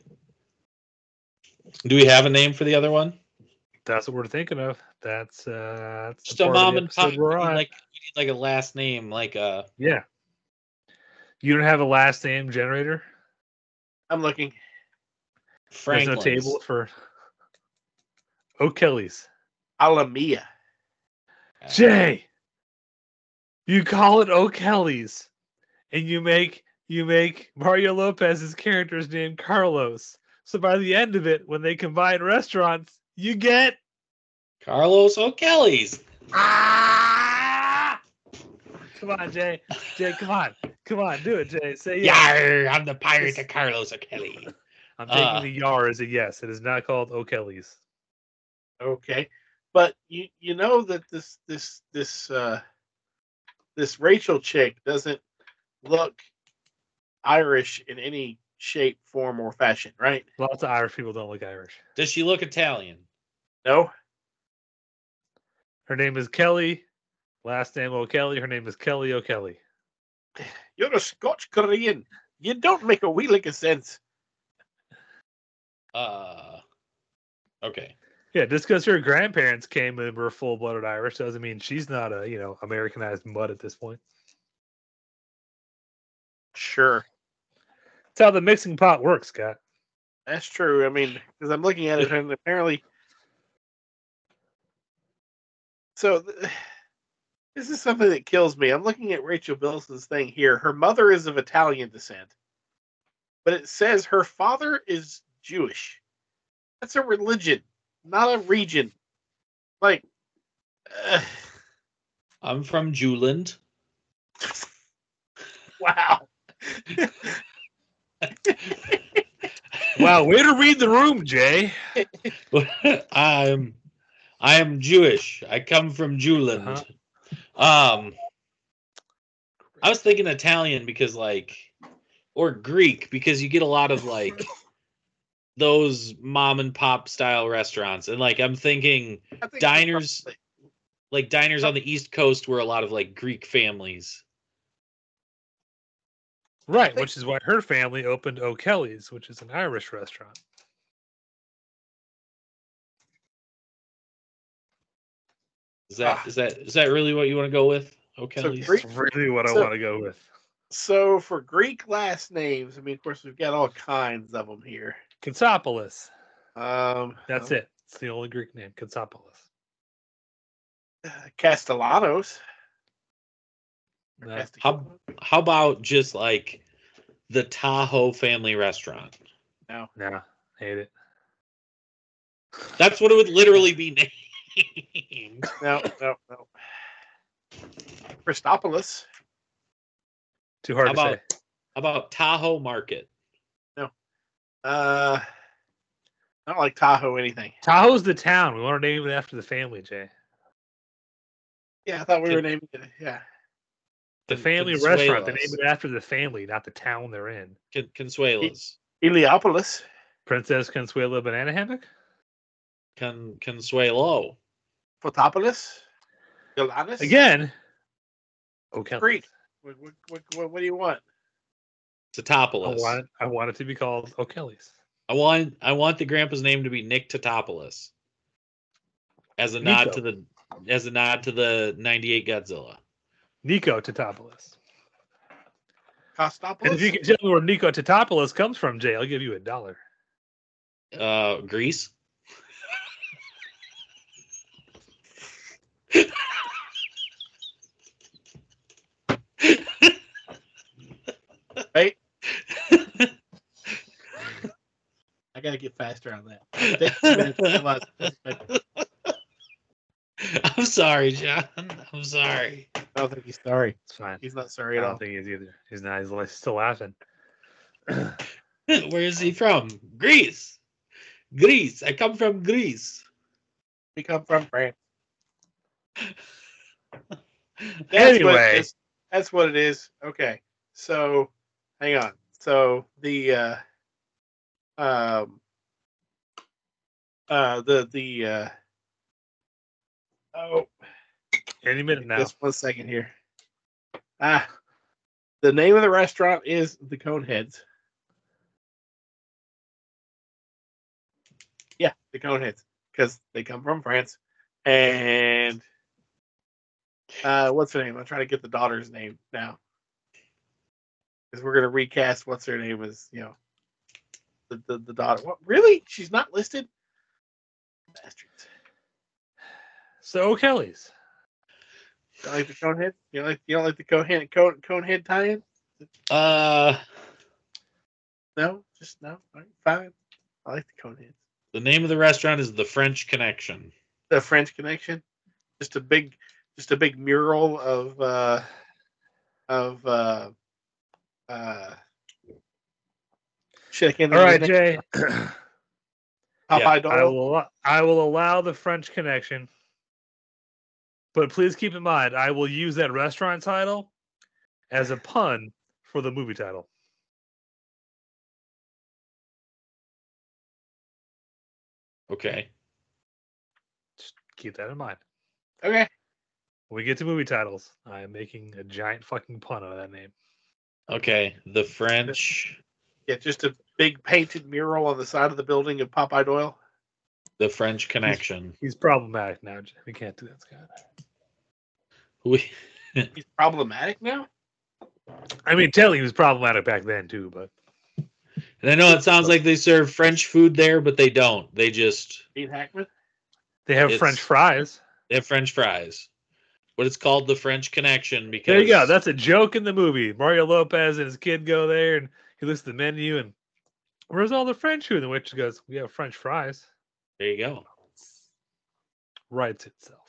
H: Do we have a name for the other one?
E: That's what we're thinking of. That's uh, that's the
H: Just a
E: part of the
H: mom and
E: episode
H: pop. We need
E: We're on.
H: like we need like a last name, like uh, a
E: yeah. You don't have a last name generator.
G: I'm looking.
H: Franklin.
E: There's no table for O'Kelly's.
G: Alamia.
H: Uh,
E: Jay, you call it O'Kelly's, and you make you make Mario Lopez's character's name Carlos. So by the end of it, when they combine restaurants, you get
H: Carlos O'Kelly's.
E: ah! Come on, Jay. Jay, come on, come on, do it, Jay. Say yes.
H: Yar, I'm the pirate of Carlos O'Kelly.
E: I'm taking
H: Uh.
E: the yar as a yes. It is not called O'Kelly's.
G: Okay, but you you know that this this this uh this Rachel chick doesn't look Irish in any shape, form, or fashion, right?
E: Lots of Irish people don't look Irish.
H: Does she look Italian?
G: No.
E: Her name is Kelly. Last name O'Kelly. Her name is Kelly O'Kelly.
G: You're a Scotch Korean. You don't make a wee lick of sense.
H: Uh, okay.
E: Yeah, just because her grandparents came and were full blooded Irish doesn't mean she's not a you know Americanized mud at this point.
G: Sure.
E: That's how the mixing pot works, Scott.
G: That's true. I mean, because I'm looking at it and apparently. So, th- this is something that kills me. I'm looking at Rachel Bilson's thing here. Her mother is of Italian descent, but it says her father is Jewish. That's a religion, not a region. Like, uh,
H: I'm from Juland.
G: wow.
E: Wow, way to read the room, Jay.
H: I'm I am Jewish. I come from Juland. Um I was thinking Italian because like or Greek because you get a lot of like those mom and pop style restaurants and like I'm thinking
G: I think-
H: Diners- like diners on the east coast were a lot of like Greek families.
E: Right,
G: think-
E: which is why her family opened O'Kelly's, which is an Irish restaurant.
H: Is that is that is that really what you want to go with? Okay.
G: Greek-
E: That's really what I
G: So-
E: want to go with.
G: So, for Greek last names, I mean, of course, we've got all kinds of them here.
E: Katsopolis.
G: Um,
E: That's it. It's the only Greek name, Katsopolis.
G: Castellanos. Or
E: No.
H: How
G: Castellanos?
H: how about just like the Tahoe family restaurant?
E: Nah, hate it.
H: That's what it would literally be named.
G: No, no, no. Christopoulos.
E: Too hard
H: How
E: to
H: about
E: say.
H: about Tahoe Market?
G: Uh, I don't like Tahoe anything.
E: Tahoe's the town. We want to name it after the family, Jay.
G: Yeah, I thought we were naming it. Yeah.
E: The
H: Con-
E: family restaurant. They
H: Consuelos.
E: name it after the family, not the town they're in.
H: Con- Consuelos.
G: Heliopolis.
E: Princess Consuelo Banana Hammock?
H: Con- Consuelo.
G: Fotopolis. Galanis.
E: Again. O'Kelly's.
G: Greek. What, what, what, what, what do you want?
E: I
H: Totopoulos.
E: want, I want it to be called O'Kelly's.
H: I want I want the grandpa's name to be Nick Totopoulos. As a nod
E: Nico.
H: to the as a nod to the 98 Godzilla.
E: Nico Tatopoulos.
G: Kostopoulos.
E: And if you can tell me where Nico Tatopoulos comes from, Jay, I'll give you a dollar.
H: Uh Greece.
G: Right? I gotta get faster on that. I
H: I'm sorry, John. I'm sorry.
G: don't think he's sorry.
E: It's fine.
G: He's not
E: I
G: sorry at all.
E: don't think he's either. He's not. He's like still laughing.
H: Where is he from? Greece. Greece. I come from Greece.
G: We come from France. That's what
E: Anyway.
G: it is. that's what it is. Okay, so hang on. So the uh, um, uh, the the uh, oh,
E: Any minute now.
G: just one second here. Ah, the name of the restaurant is the Coneheads. Yeah, the Coneheads, because they come from France. And uh, what's her name? I'm trying to get the daughter's name now, because we're gonna recast. What's her name? Is you know, the the, the daughter? What really? She's not listed. Bastards.
E: So O'Kelly's.
G: You like the cone head? You like you don't like the cone head cone, cone head tie-in?
H: Uh,
G: No, just no. All right, fine. I like the cone heads.
H: the name of the restaurant is the French Connection.
G: The French Connection, just a big, just a big mural of uh, of uh, uh, shit. I can't
E: All
G: think
E: right,
G: of his name.
E: Jay.
G: Popeye Doyle.
E: I will I will allow the French connection. But please keep in mind I will use that restaurant title as a pun for the movie title.
H: Okay.
E: Keep that in mind.
G: Okay,
E: When we get to movie titles, I am making a giant fucking pun out of that name.
H: Okay. The French
G: yeah, just a big painted mural on the side of the building of Popeye Doyle.
H: the French Connection.
E: He's problematic now. Jay. We can't do that, Scott.
H: We
G: He's problematic now.
E: I mean, Telly was problematic back then too, but
H: and I know it sounds like they serve French food there, but they don't. They just
G: Gene Hackman.
E: they have
H: It's-
E: French fries.
H: they have French fries. But it's called the French Connection because
E: There you go. That's a joke in the movie. Mario Lopez and his kid go there, and he looks at the menu and where's all the French food? And the witch goes, "We have French fries."
H: there you go.
E: Writes itself.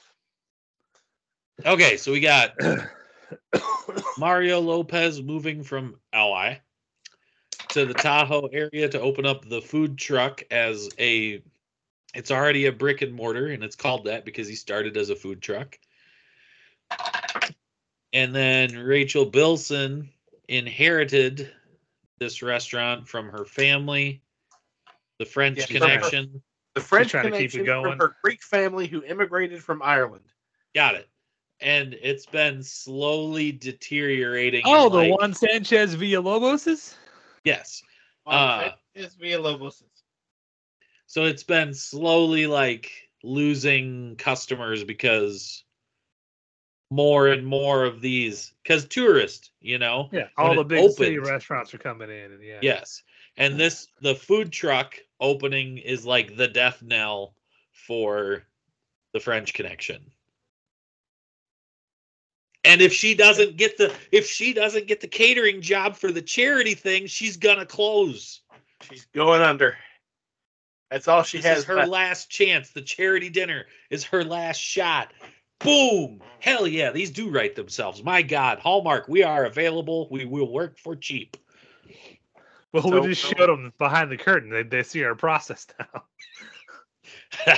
H: Okay, so we got Mario Lopez moving from LI to the Tahoe area to open up the food truck as a it's already a brick and mortar and it's called that because he started as a food truck. And then Rachel Bilson inherited this restaurant from her family, the French
G: Yeah, from her-
H: connection.
G: The French
E: trying to keep it
G: Connection
E: going.
G: from her Greek family who immigrated from Ireland.
H: Got it. And it's been slowly deteriorating. and,
E: Oh, the
H: like-
E: Juan Sanchez Villalobos is.
H: Yes.
G: Uh,
H: Ah.
G: it's Villalobos.
H: So it's been slowly like losing customers because more and more of these because tourists, you know.
E: Yeah,
H: When
E: all the
H: it
E: big city
H: opened-
E: restaurants are coming in, and yeah,
H: Yes. And this the food truck opening is like the death knell for the French connection. And if she doesn't get the if she doesn't get the catering job for the charity thing, she's gonna close.
G: She's going under. That's all she
H: This
G: has.
H: is her
G: left.
H: last chance. The charity dinner is her last shot. Boom! Hell yeah, these do write themselves. My God, Hallmark, we are available. We will work for cheap.
E: Well,
G: So-
E: we just showed them behind the curtain. They, they see our process now.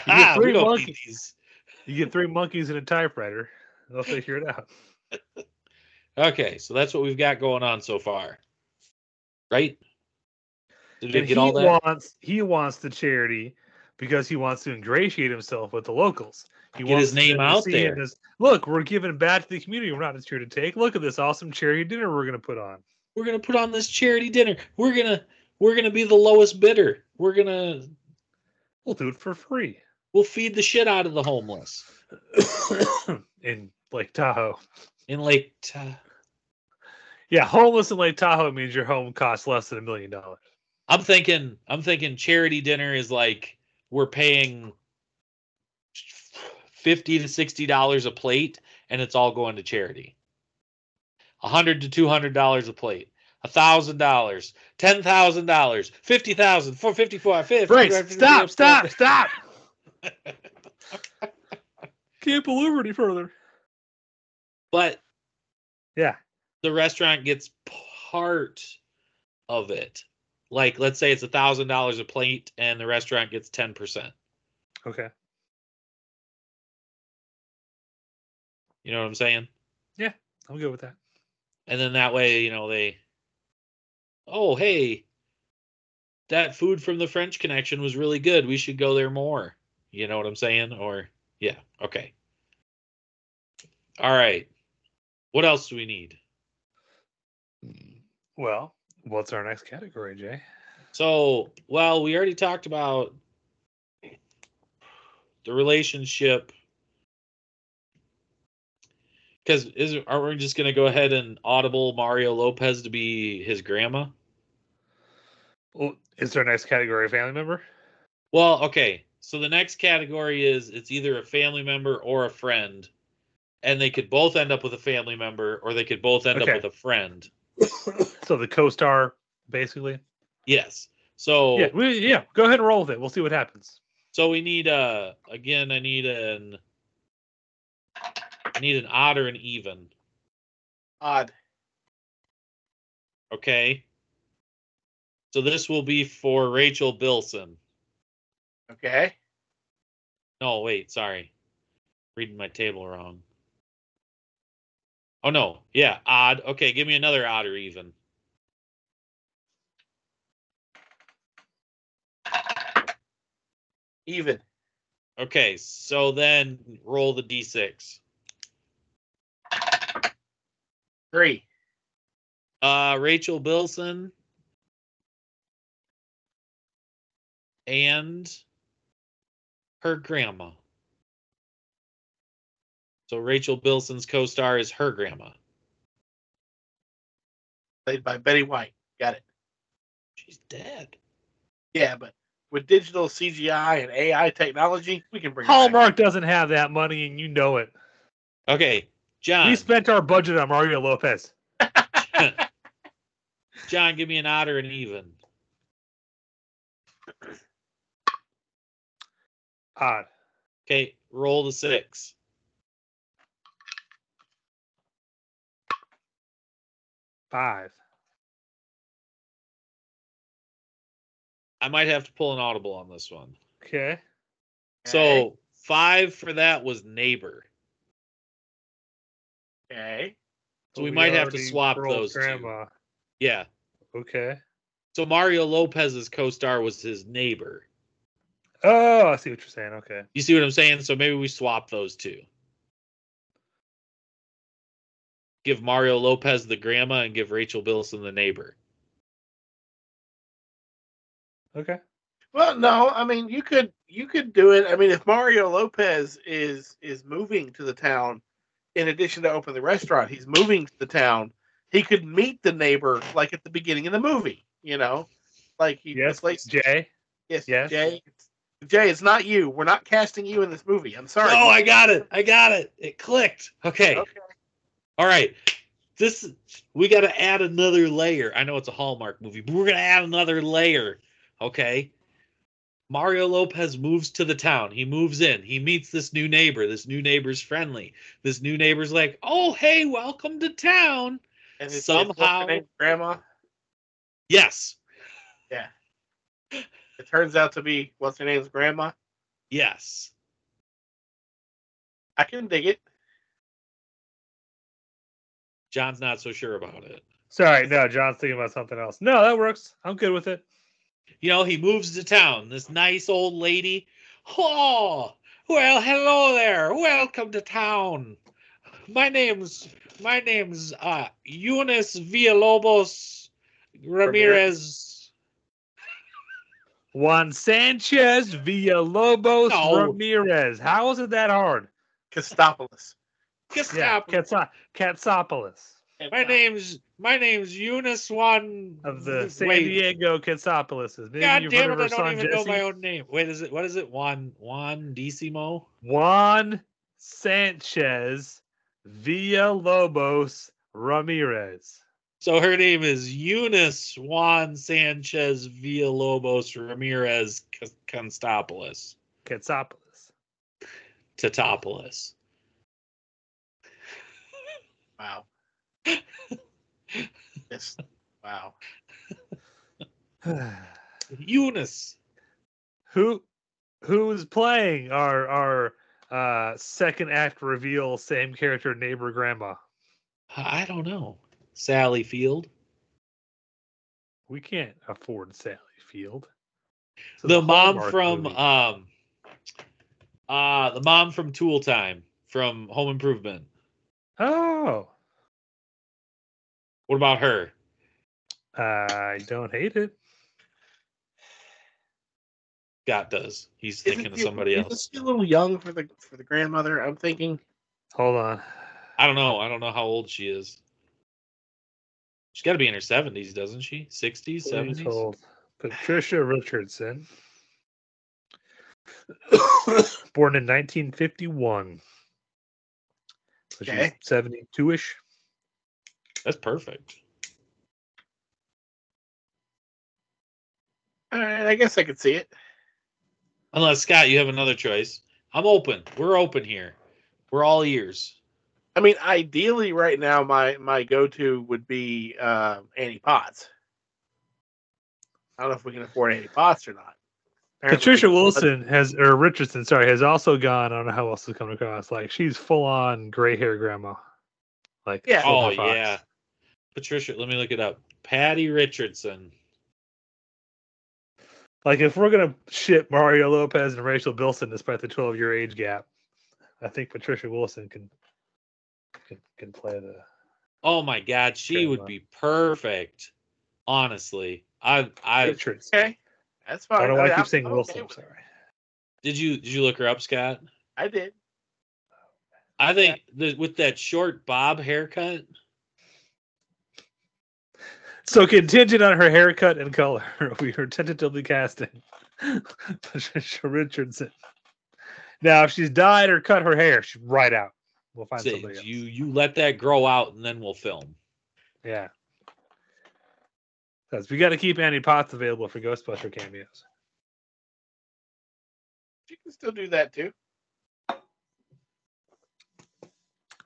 H: Ha,
E: three
H: we don't need
E: monkeys.
H: these.
E: You get three monkeys and a typewriter. They'll figure it out.
H: Okay, so that's what we've got going on so far, right? Did we
E: And
H: get all
E: he
H: that?
E: wants he wants the charity because he wants to ingratiate himself with the locals. He
H: Get his
E: wants
H: name
E: them to
H: out
E: see
H: there.
E: this, Look, we're giving back to the community. We're not just here to take. Look at this awesome charity dinner we're going to put on.
H: we're gonna put on this charity dinner. We're gonna we're gonna be the lowest bidder. We're gonna
E: We'll do it for free
H: we'll feed the shit out of the homeless
E: in Lake Tahoe.
H: in Lake. Ta-
E: Yeah, homeless in Lake Tahoe means your home costs less than a million dollars.
H: I'm thinking I'm thinking charity dinner is like we're paying fifty to sixty dollars a plate, and it's all going to charity. A hundred to two hundred dollars a plate. A thousand dollars, ten thousand dollars, fifty thousand, four fifty four, fifty.
E: Bryce, stop, stop, stop. Can't believe it any further.
H: But
E: Yeah.
H: the restaurant gets part of it. Like let's say it's a thousand dollars a plate, and the restaurant gets ten percent.
E: Okay.
H: You know what I'm saying?
E: I'm good with that.
H: and then that way you know they oh hey that food from the french connection was really good we should go there more you know what i'm saying or yeah okay all right what else do we need
E: Well, what's our next category, Jay?
H: so well we already talked about the relationship because is aren't we just going to go ahead and audible mario lopez to be his grandma
E: Well, is there a next category family member?
H: Well, okay. So the next category is it's either a family member or a friend, and they could both end up with a family member, or they could both end
E: Okay.
H: up with a friend.
E: So the co-star, basically.
H: Yes. So
E: Yeah, we, yeah. Go ahead and roll with it. We'll see what happens.
H: So we need uh again I need an I need an odd or an even.
G: Odd.
H: Okay. So this will be for Rachel Bilson.
G: Okay.
H: No, wait, sorry. Reading my table wrong. Oh no. Yeah, odd. Okay, give me another odd or even.
G: Even.
H: Okay, so then roll the d6.
G: Three.
H: Uh Rachel Bilson and her grandma. So Rachel Bilson's co-star is her grandma.
G: Played by Betty White. Got it.
H: She's dead.
G: Yeah, but with digital CGI and AI technology, we can bring it back.
E: Hallmark doesn't have that money, and you know it.
H: Okay, John.
E: We spent our budget on Mario Lopez.
H: John, give me an odd or an even.
E: Odd.
H: Okay, roll the six.
E: Five.
H: I might have to pull an audible on this one.
E: Okay.
G: Okay.
H: So five for that was neighbor.
G: okay.
H: So we might have to
E: already
H: swap
E: rolled
H: those two.
E: Grandma.
H: Yeah.
E: Okay.
H: So Mario Lopez's co-star was his neighbor.
E: Oh, I see what you're saying. Okay.
H: You see what I'm saying? So maybe we swap those two. Give Mario Lopez the grandma and give Rachel Billson the neighbor.
E: Okay.
G: Well, no, I mean you could you could do it. I mean, if Mario Lopez is is moving to the town, in addition to open the restaurant, he's moving to the town. He could meet the neighbor like at the beginning of the movie. You know, like he
E: Yes,
G: replaced-
E: Jay.
G: Yes,
E: Yes.
G: Jay. Jay, it's not you. We're not casting you in this movie. I'm sorry.
H: Oh, I got it. I got it. It clicked. Okay.
G: Okay.
H: All right. This we got to add another layer. I know it's a Hallmark movie, but we're going to add another layer. Okay. Mario Lopez moves to the town. He moves in. He meets this new neighbor. This new neighbor's friendly. This new neighbor's like, "Oh, hey, welcome to town."
G: And what's her
H: Somehow-
G: name, Grandma.
H: Yes,
G: It turns out to be what's her name's grandma.
H: Yes.
G: I can dig it.
H: John's not so sure about it.
E: Sorry. No, John's thinking about something else. No, that works. I'm good with it.
H: You know, he moves to town. This nice old lady. Oh, well, hello there. Welcome to town. My name's my name's uh Eunice Villalobos Ramirez.
E: Juan Sanchez Villalobos
H: No.
E: Ramirez. How is it that hard?
G: Costopoulos.
E: Yeah,
H: Gestapo.
E: Katsa- Katsopoulos
H: My name's my name's Eunice Juan
E: of the San
H: wait.
E: Diego Katsopolis. Maybe
H: God
E: you've
H: damn
E: heard
H: it,
E: of
H: I
E: her
H: don't
E: son,
H: even know my
E: Jesse.
H: own name. Wait, is it what is it? Juan Juan Decimo?
E: Juan Sanchez Villalobos Ramirez.
H: So her name is Eunice Juan Sanchez Villalobos Ramirez Con- Constopoulos.
E: Katsopoulos.
H: Tatopoulos.
G: Wow. Yes. Wow.
H: Eunice.
E: Who who's playing our our uh second act reveal same character neighbor grandma?
H: I don't know. Sally Field.
E: We can't afford Sally Field. This is
H: The
E: a
H: mom
E: Hallmark
H: from
E: movie.
H: um uh the mom from Tool Time from Home Improvement.
E: Oh,
H: What about her?
E: I don't hate it.
H: Scott does. He's
G: Isn't
H: thinking of
G: she-
H: somebody
G: isn't
H: else.
G: she a little young for the for the grandmother. I'm thinking.
E: Hold on.
H: I don't know. I don't know how old she is. She's got to be in her 70s, doesn't she? 60s,
E: Please
H: 70s?
E: hold. Patricia Richardson. Born in 1951. So she's
G: Okay.
E: 72 ish.
H: That's perfect.
G: All right, uh, I guess I could see it.
H: Unless Scott, you have another choice. I'm open. We're open here. We're all ears.
G: I mean, ideally, right now, my my go to would be uh, Annie Potts. I don't know if we can afford Annie Potts or not. Apparently
E: Patricia
G: we-
E: Wilson has, or Richardson, sorry, has also gone. I don't know how else it's come across. Like she's full on gray hair grandma. Like
G: Yeah.
H: Oh
E: Silver Fox.
H: yeah. Patricia, let me look it up. Patty Richardson.
E: Like if we're gonna ship Mario Lopez and Rachel Bilson despite the 12 year age gap, I think Patricia Wilson can can, can play the.
H: Oh my God, she
E: Good
H: would
E: one.
H: be perfect. Honestly, I I
E: Richards.
G: Okay, that's fine.
E: I don't know why
G: I mean,
E: I
G: I'm-
E: keep saying
G: I'm okay
E: Wilson.
G: with it.
E: sorry.
H: did you did you look her up, Scott?
G: I did.
H: I think that with that short bob haircut,
E: So contingent on her haircut and color, we are tentatively casting Patricia Richardson. Now, if she's dyed or cut her hair, she's right out. We'll find
H: say,
E: somebody else.
H: you you let that grow out and then we'll film.
E: Yeah. Because we got to keep Annie Potts available for Ghostbuster cameos.
G: You can still do that too.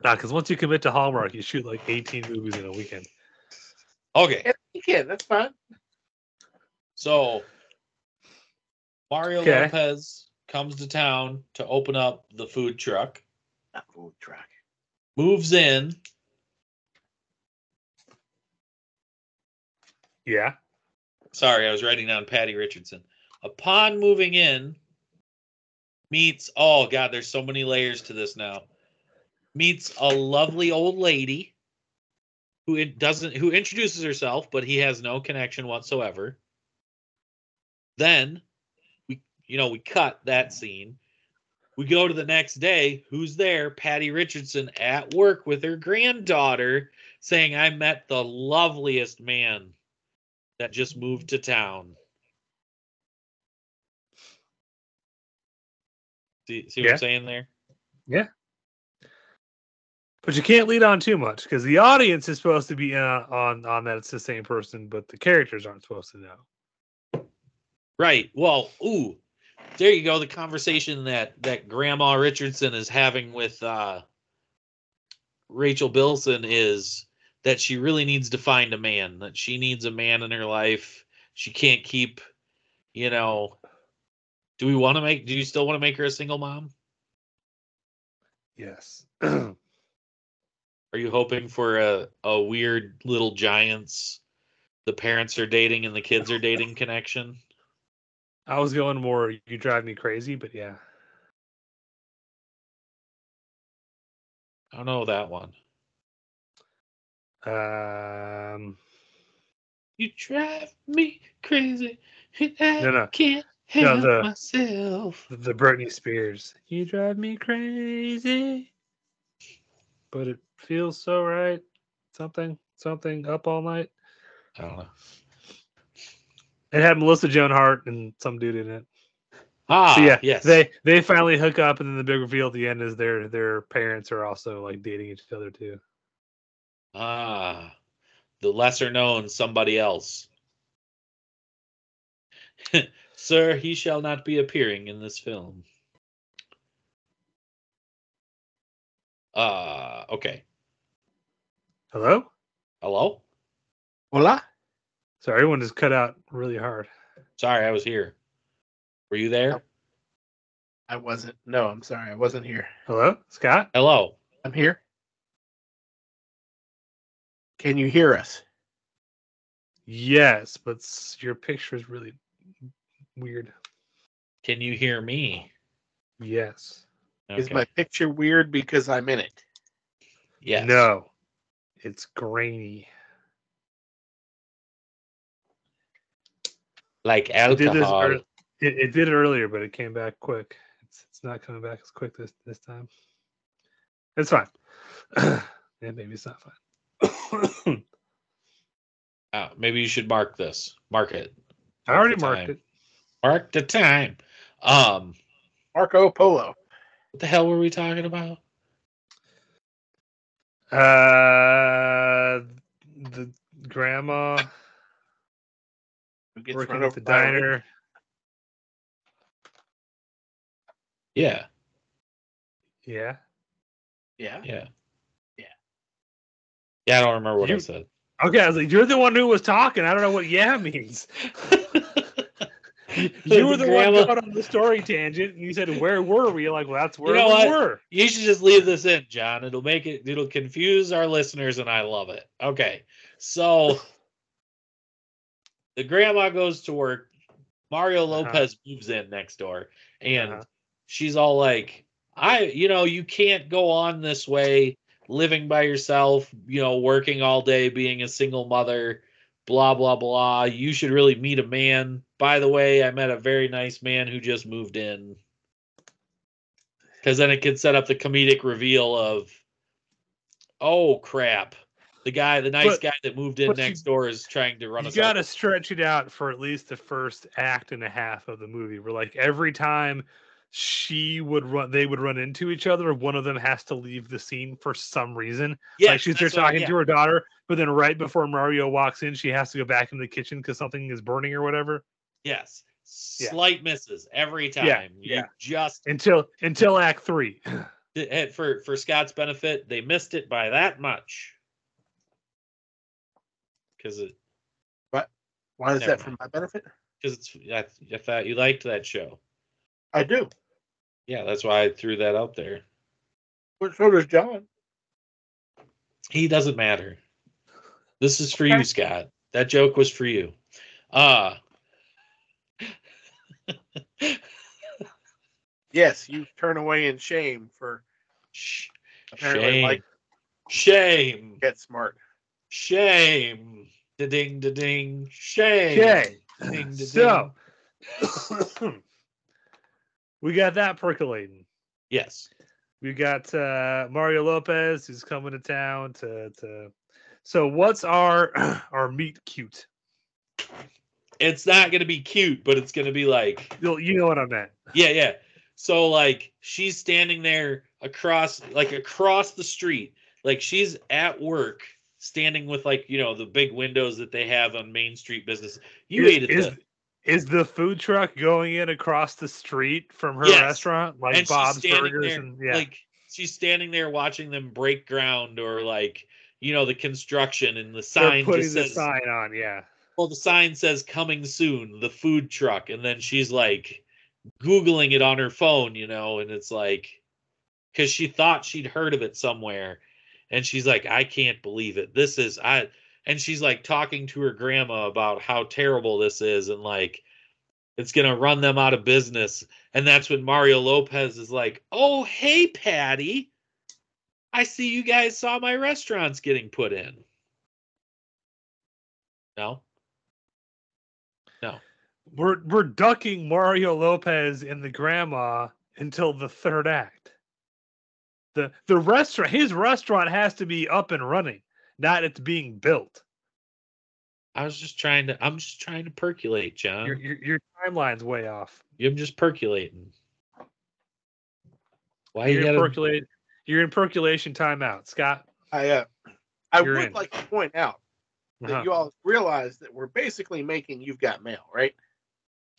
E: Nah, because once you commit to Hallmark, you shoot like 18 movies in a weekend.
H: Okay,
G: Yeah, you can. That's fine.
H: so Mario
E: Okay.
H: Lopez comes to town to open up the food truck,
G: Not food truck.
H: moves in,
E: Yeah.
H: Sorry, I was writing down Patty Richardson. Upon moving in, meets oh god, there's so many layers to this now. Meets a lovely old lady who it doesn't who introduces herself, but he has no connection whatsoever. Then we you know, we cut that scene. We go to the next day. Who's there? Patty Richardson at work with her granddaughter saying, I met the loveliest man that just moved to town. See, see what
E: Yeah.
H: I'm saying there?
E: But you can't lead on too much because the audience is supposed to be in on, on, on that it's the same person, but the characters aren't supposed to know.
H: Right. Well, ooh, there you go. The conversation that that Grandma Richardson is having with uh, Rachel Bilson is that she really needs to find a man. That she needs a man in her life. She can't keep, you know. Do we want to make? Do you still want to make her a single mom?
E: Yes.
H: Are you hoping for a a weird little giants? The parents are dating and the kids are dating connection.
E: I was going more, you drive me crazy, but yeah.
H: I don't know that one.
E: Um,
H: You drive me crazy. and I
E: No, no.
H: can't
E: No,
H: help
E: the-
H: myself.
E: the Britney Spears. You drive me crazy, but it feels so right. Something, something up all night.
H: I don't know.
E: It had Melissa Joan Hart and some dude in it.
H: Ah,
E: so yeah,
H: yes.
E: they they finally hook up, and then the big reveal at the end is their their parents are also like dating each other too.
H: ah, the lesser known somebody else. Sir, he shall not be appearing in this film. Uh, okay.
E: Hello,
H: Hello?
G: Hola.
E: so everyone just cut out really hard.
H: Sorry, I was here. Were you there?
G: I wasn't. No, I'm sorry. I wasn't here.
E: Hello, Scott.
H: Hello.
G: I'm here. Can you hear us?
E: Yes, but s- your picture is really weird.
H: Can you hear me?
E: Yes.
G: Is my picture weird because I'm in it?
H: yes.
E: No, it's grainy.
H: Like
E: It did this
H: alcohol.
E: ear- it, it did it earlier, but it came back quick. It's, it's not coming back as quick this this time. It's fine. yeah, maybe it's not fine.
H: Uh, maybe you should mark this. Mark it.
E: I already
H: the
E: marked
H: time.
E: it.
H: Mark the time. Um,
G: Marco Polo.
H: What the hell were we talking about?
E: Uh, the grandma
G: Who gets
E: working
G: run
E: at
G: over
E: the
G: by a lady.
E: diner.
H: Yeah,
E: Yeah.
G: Yeah.
H: yeah, yeah. Yeah, I don't remember what I
E: You-
H: said.
E: Okay, I was like, you're the one who was talking. I don't know what yeah means. You were the
H: Grandma-
E: one going on the story tangent, and you said, "Where were we?" Like, well, that's where
H: know
E: we
H: what?
E: were.
H: You should just leave this in, John. It'll make it. It'll confuse our listeners, and I love it. Okay, so the grandma goes to work. Mario
E: Uh-huh.
H: Lopez moves in next door, and
E: Uh-huh.
H: she's all like, "I, you know, you can't go on this way, living by yourself. You know, working all day, being a single mother." Blah blah blah. You should really meet a man. By the way, I met a very nice man who just moved in because then it could set up the comedic reveal of, oh crap, the guy, the nice
E: But-
H: guy that moved in
E: but you-
H: next door is trying to run
E: You
H: us.
E: got to
H: over.
E: stretch it out for at least the first act and a half of the movie. Where like every time she would run, they would run into each other. One of them has to leave the scene for some reason.
H: Yes,
E: like she's there
H: that's what I-
E: talking
H: yeah.
E: to her daughter, but then right before Mario walks in, she has to go back in the kitchen because something is burning or whatever.
H: Yes,
E: Yeah.
H: slight misses every time.
E: Yeah,
H: You
E: yeah.
H: Just
E: Until until Act Three.
H: and for for Scott's benefit, they missed it by that much. Because it
G: Why is
H: Never
G: that for
H: mind.
G: my benefit?
H: because it's I, I thought you liked that show.
G: I do.
H: Yeah, that's why I threw that out there.
G: But so does John.
H: He doesn't matter. This is for
E: Okay.
H: you, Scott. That joke was for you. Uh
G: Yes, you turn away in shame for
H: sh-
G: Apparently,
H: shame.
G: like-
H: shame.
G: Get Smart.
H: Shame. Da ding da ding. Shame.
E: Okay.
H: Ding, da,
E: So we got that percolating.
H: Yes.
E: We got uh, Mario Lopez who's coming to town to to. So what's our our meet cute?
H: It's not gonna be cute, but it's gonna be like
E: You'll, you know what I meant.
H: yeah, yeah. So like she's standing there across like across the street. Like she's at work standing with like, you know, the big windows that they have on Main Street business. You
E: Is-
H: ate at
E: is,
H: the
E: is the food truck going in across the street from her
H: Yes.
E: restaurant, like
H: And she's
E: Bob's
H: standing
E: Burgers?
H: there,
E: and yeah,
H: like she's standing there watching them break ground or like you know the construction and the
E: they're
H: sign
E: putting
H: just
E: the
H: says
E: sign on. Yeah,
H: well the sign says coming soon the food truck and then she's like googling it on her phone you know and it's like because she thought she'd heard of it somewhere and she's like i can't believe it this is i and she's like talking to her grandma about how terrible this is and like it's gonna run them out of business and that's when mario lopez is like oh hey patty i see you guys saw my restaurants getting put in no
E: we're we're ducking Mario Lopez and the grandma until the third act. The the restaurant his restaurant has to be up and running, not it's being built.
H: I was just trying to. I'm just trying to percolate, John.
E: Your
H: You're,
E: your, your timeline's way off.
H: just percolating. Why
E: You're
H: you
E: in
H: gotta?
E: percolate you're in percolation timeout, Scott.
G: I uh, I
E: You're
G: would
E: in.
G: like to point out that
E: Uh-huh.
G: you all realize that we're basically making You've Got Mail, right?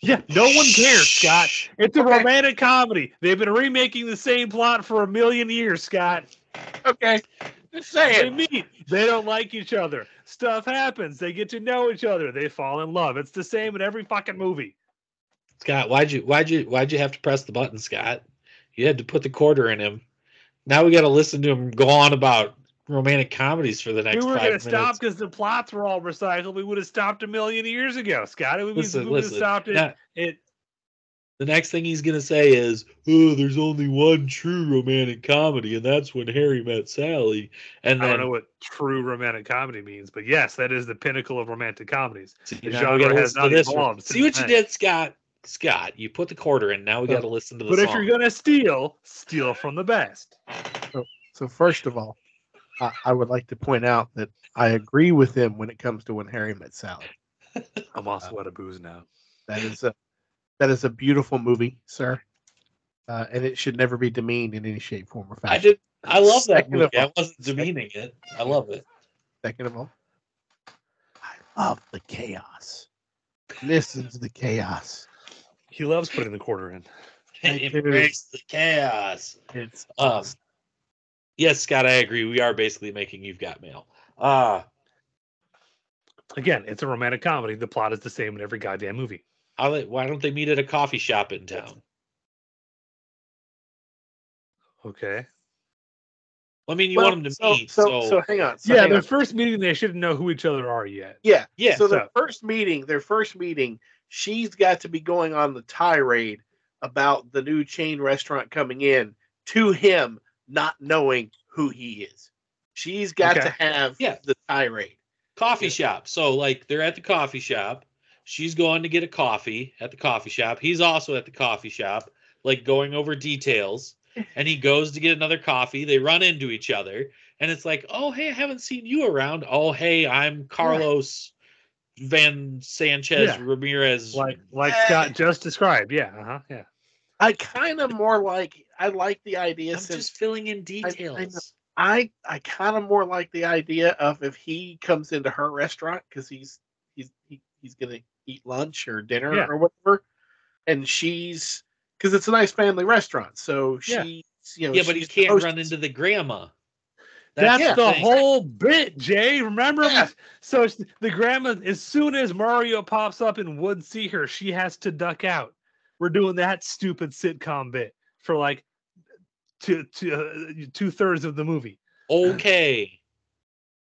E: Yeah, no one cares, Scott. It's a
G: Okay.
E: romantic comedy. They've been remaking the same plot for a million years, Scott.
G: Okay. Just
E: They
G: saying.
E: meet. They don't like each other. Stuff happens. They get to know each other. They fall in love. It's the same in every fucking movie.
H: Scott, why'd you? Why'd you? Why'd you have to press the button, Scott? You had to put the quarter in him. Now we got to listen to him go on about romantic comedies for the next
E: we were
H: five
E: going to
H: minutes.
E: stop because the plots were all recycled. We would have stopped a million years ago, Scott. We would
H: Listen,
E: have
H: listen.
E: stopped it.
H: Now,
E: it.
H: the next thing he's gonna say is, "Oh, there's only one true romantic comedy, and that's when Harry met Sally." And
E: I
H: then
E: don't know what true romantic comedy means, but yes, that is the pinnacle of romantic comedies.
H: See,
E: The
H: now
E: genre
H: we gotta
E: has
H: listen to
E: not
H: this
E: evolved
H: one.
E: since
H: See what you
E: then.
H: did, Scott. Scott, you put the quarter in. Now we
G: Yeah.
H: got to listen to the
E: But
H: song.
E: if you're going to steal, steal from the best.
G: So, first of all, I, I would like to point out that I agree with him when it comes to when Harry met Sally.
E: I'm also out of booze now.
G: That is a that is a beautiful movie, sir. uh, and it should never be demeaned in any shape, form, or fashion.
H: I did. I love that
G: Second of
H: movie. I
G: all-
H: wasn't demeaning it. I love it.
G: Second of all, I love the chaos. Listen to the chaos.
E: He loves putting the quarter in.
G: I do.
H: Embrace the chaos.
G: It's
H: Um, yes, Scott, I agree. We are basically making You've Got Mail. Uh,
E: Again, it's a romantic comedy. The plot is the same in every goddamn movie.
H: I'll let- why don't they meet at a coffee shop in town?
E: Okay.
H: I mean, you
G: Well,
H: want them to
G: so,
H: meet. So,
G: So, so hang on. So
E: yeah,
G: hang
E: their
G: on.
E: first meeting, they shouldn't know who each other are yet.
G: yeah,
H: yeah.
G: So their
E: so-
G: first meeting, their first meeting, she's got to be going on the tirade about the new chain restaurant coming in to him, not knowing who he is. She's got
E: Okay.
G: to have
H: Yeah.
G: the tirade.
H: coffee
G: Yeah.
H: shop. So like they're at the coffee shop. She's going to get a coffee at the coffee shop. He's also at the coffee shop, like going over details. And he goes to get another coffee. They run into each other, and it's like, oh hey, I haven't seen you around. Oh hey, I'm Carlos Van Sanchez
E: Yeah.
H: Ramirez.
E: Like like
G: Yeah.
E: Scott just described. Yeah. Uh-huh. Yeah.
G: I kind of more like I like the idea
H: I'm
G: since
H: just filling in details.
G: I I kind of more like the idea of if he comes into her restaurant because he's he's he, he's gonna eat lunch or dinner
E: Yeah.
G: or whatever, and she's because it's a nice family restaurant, so
E: Yeah.
G: she's you know
H: yeah, but he
G: she's the
H: can't run
G: hostess.
H: into the grandma.
E: That's
G: Yeah.
E: the
H: thing.
E: whole bit, Jay. Remember?
G: Yeah.
E: So it's- the grandma, as soon as Mario pops up and would see her, she has to duck out. We're doing that stupid sitcom bit for like two two two thirds of the movie.
H: Okay.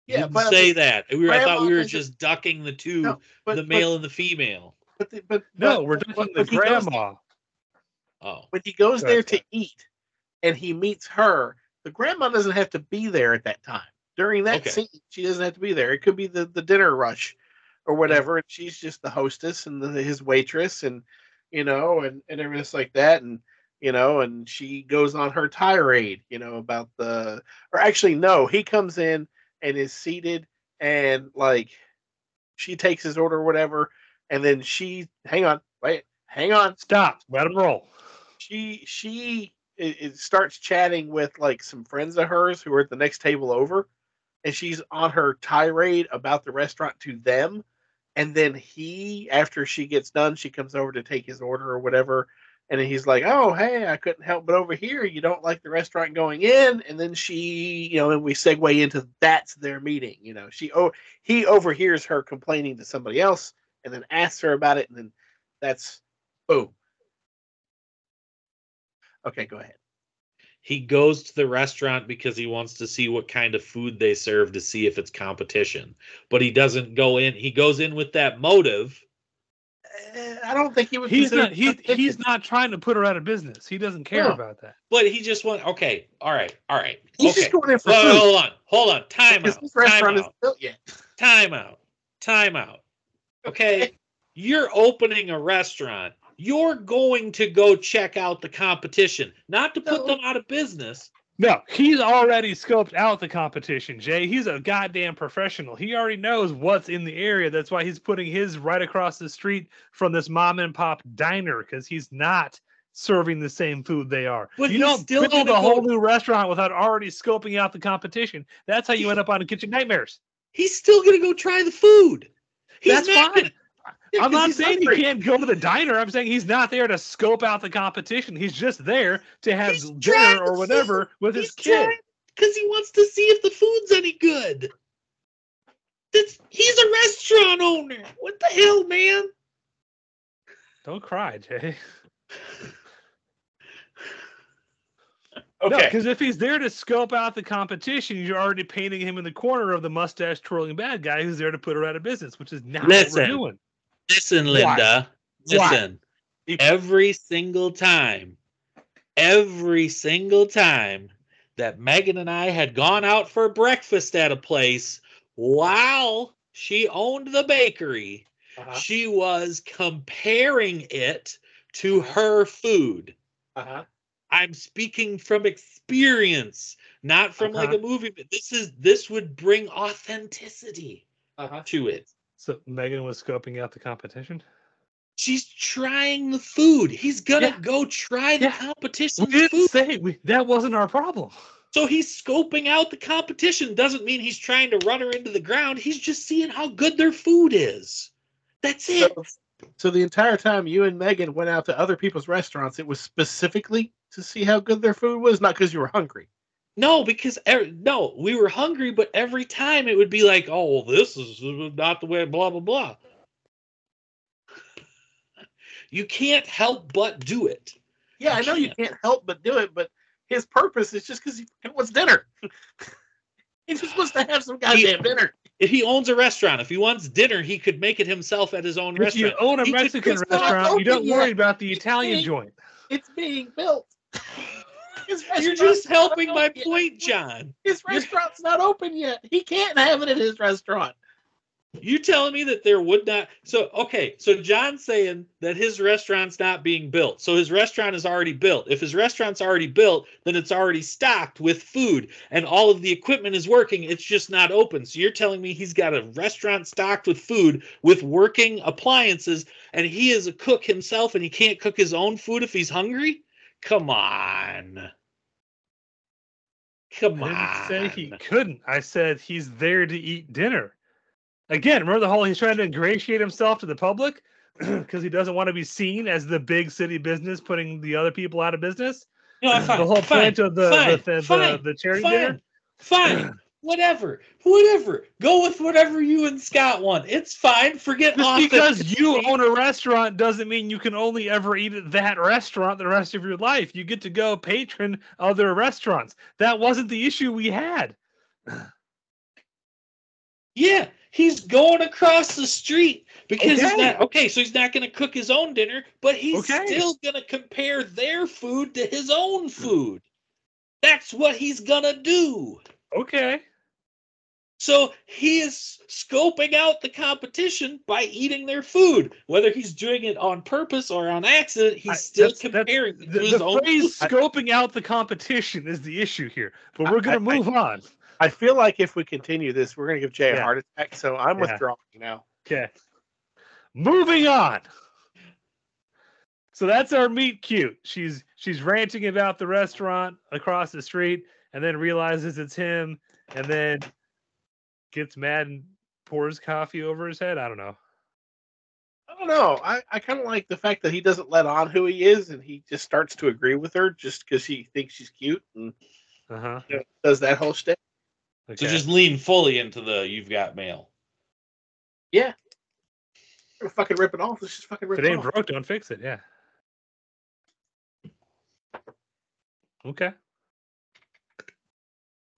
G: Yeah,
H: Didn't
G: but I
H: say
G: mean,
H: that. We, I thought
G: grandma
H: we were
G: is a-
H: just ducking the two,
G: No, but,
H: the
G: but-
H: male and the female.
G: But, the- but
E: No,
G: but-
E: we're
G: but
E: doing the
G: when he goes-
E: grandma.
H: Oh,
G: when he goes
E: Go
G: there
E: ahead,
G: to eat, and he meets her, the grandma doesn't have to be there at that time. During that
H: Okay.
G: scene, she doesn't have to be there. It could be the, the dinner rush or whatever, and she's just the hostess and the, his waitress, and you know, and and everything like that, and you know, and she goes on her tirade, you know, about the or actually no, he comes in and is seated, and like she takes his order, or whatever, and then she hang on, wait, hang on,
E: Stop. Let him roll.
G: she she it, it starts chatting with like some friends of hers who are at the next table over and she's on her tirade about the restaurant to them and then he after she gets done she comes over to take his order or whatever and then he's like oh hey i couldn't help but over here you don't like the restaurant going in and then she you know and we segue into that's their meeting you know she oh he overhears her complaining to somebody else and then asks her about it and then that's boom okay go ahead
H: he goes to the restaurant because he wants to see what kind of food they serve to see if it's competition. But he doesn't go in. He goes in with that motive.
G: Eh, I don't think he would.
E: He's
G: consider
E: not.
G: it
E: He's
G: competition.
E: he's not trying to put her out of business. He doesn't care
G: No.
E: about that.
H: But he just went. Okay, all right, all right.
G: He's
H: okay.
G: just going in for
H: Whoa,
G: food
H: hold on, hold on. Time
G: because
H: out.
G: this
H: Time
G: restaurant
H: out.
G: isn't built yet.
H: Time out. Time out. Okay, you're opening a restaurant. You're going to go check out the competition, not to put
G: No.
H: them out of business.
E: No, he's already scoped out the competition, Jay. He's a goddamn professional. He already knows what's in the area. That's why he's putting his right across the street from this mom and pop diner because he's not serving the same food they are.
H: But
E: you
H: he's
E: don't
H: still
E: build
H: gonna
E: a whole
H: go-
E: new restaurant without already scoping out the competition. That's how you end up on Kitchen Nightmares.
H: He's still going to go try the food. He's
E: That's
H: not
E: fine.
H: gonna-
G: Yeah,
E: I'm
G: 'cause
E: not
G: he's
E: saying
G: hungry.
E: he can't go to the diner. I'm saying he's not there to scope out the competition. He's just there to have
H: He's trying
E: dinner
H: to
E: or whatever with his kid.
H: because he wants to see if the food's any good. That's, he's a restaurant owner. What the hell, man?
E: Don't cry, Jay. No,
H: Okay.
E: because if he's there to scope out the competition, you're already painting him in the corner of the mustache twirling bad guy who's there to put her out of business, which is not
H: Listen.
E: what we're doing.
H: Listen, Linda.
E: Why?
H: Listen.
G: If-
H: Every single time, every single time that Megan and I had gone out for breakfast at a place while she owned the bakery,
G: Uh-huh,
H: she was comparing it to her food.
G: uh-huh.
H: I'm speaking from experience, not from like
E: Uh-huh.
H: a movie. But this is this would bring authenticity
G: Uh-huh.
H: to it.
E: So Megan was scoping out the competition.
H: She's trying the food. He's gonna
E: Yeah.
H: go try the
E: Yeah.
H: competition
E: We didn't
H: food.
E: say we, that wasn't our problem.
H: So he's scoping out the competition. Doesn't mean he's trying to run her into the ground. He's just seeing how good their food is. That's it.
G: So, so the entire time you and Megan went out to other people's restaurants, it was specifically to see how good their food was, not because you were hungry.
H: No, because er, no, we were hungry, but every time it would be like, "Oh, well, this is not the way." Blah blah blah. You can't help but do it.
G: Yeah, I
H: I
G: know you can't help but do it, but his purpose is just because he fucking wants dinner. he just wants to have some goddamn dinner.
H: If he owns a restaurant, if he wants dinner, he could make it himself at his own
E: If you
H: restaurant.
E: own a
H: He could
E: Mexican
H: just-
G: not
E: restaurant, you don't
G: open yet.
E: worry about the
G: It's
E: Italian
G: big.
E: joint.
G: It's being built. His
H: You're
G: restaurant's
H: just
G: not
H: helping my
G: open yet.
H: point, John.
G: His restaurant's not open yet. He can't have it at his restaurant.
H: You telling me that there would not? So okay, so John's saying that his restaurant's not being built. So his restaurant is already built. If his restaurant's already built, then it's already stocked with food and all of the equipment is working. It's just not open. So you're telling me he's got a restaurant stocked with food with working appliances, and he is a cook himself, and he can't cook his own food if he's hungry. Come on. Come
E: I didn't
H: on.
E: say he couldn't. I said he's there to eat dinner. Again, remember the whole he's trying to ingratiate himself to the public because he doesn't want to be seen as the big city business putting the other people out of business.
H: No, I'm fine,
E: the whole
H: fine,
E: point of the
H: fine,
E: the, the,
H: fine.
E: the, the charity
H: fine,
E: dinner.
H: fine, whatever, whatever. Go with whatever you and Scott want. It's fine. Forget
E: Just
H: off the-
E: because you own a restaurant doesn't mean you can only ever eat at that restaurant the rest of your life. You get to go patron other restaurants. That wasn't the issue we had.
H: Yeah, he's going across the street because he's
E: Okay.
H: not okay. So he's not going to cook his own dinner, but he's
E: Okay.
H: still going to compare their food to his own food. That's what he's gonna do.
E: Okay.
H: So he is scoping out the competition by eating their food. Whether he's doing it on purpose or on accident, he's
E: I-
H: still
E: that's- that's-
H: comparing it
E: the,
H: to his
E: the
H: own
E: phrase "scoping out the competition" is the issue here, but we're
G: I-
E: going to
G: I-
E: move on.
G: I feel like if we continue this, we're going to give Jay a
E: Yeah.
G: heart attack. So I'm
E: Yeah.
G: withdrawing now.
E: Okay, moving on. So that's our meet cute. She's she's ranting about the restaurant across the street, and then realizes it's him, and then gets mad and pours coffee over his head. I don't know.
G: I don't know. I, I kind of like the fact that he doesn't let on who he is, and he just starts to agree with her just because he thinks she's cute and
E: Uh huh.
G: you know, does that whole shtick.
H: So just lean fully into the you've got mail.
G: We're fucking rip it off. Let's just fucking
E: if
G: rip
E: it
G: it
E: ain't
G: off.
E: broke, don't fix it. Yeah. Okay.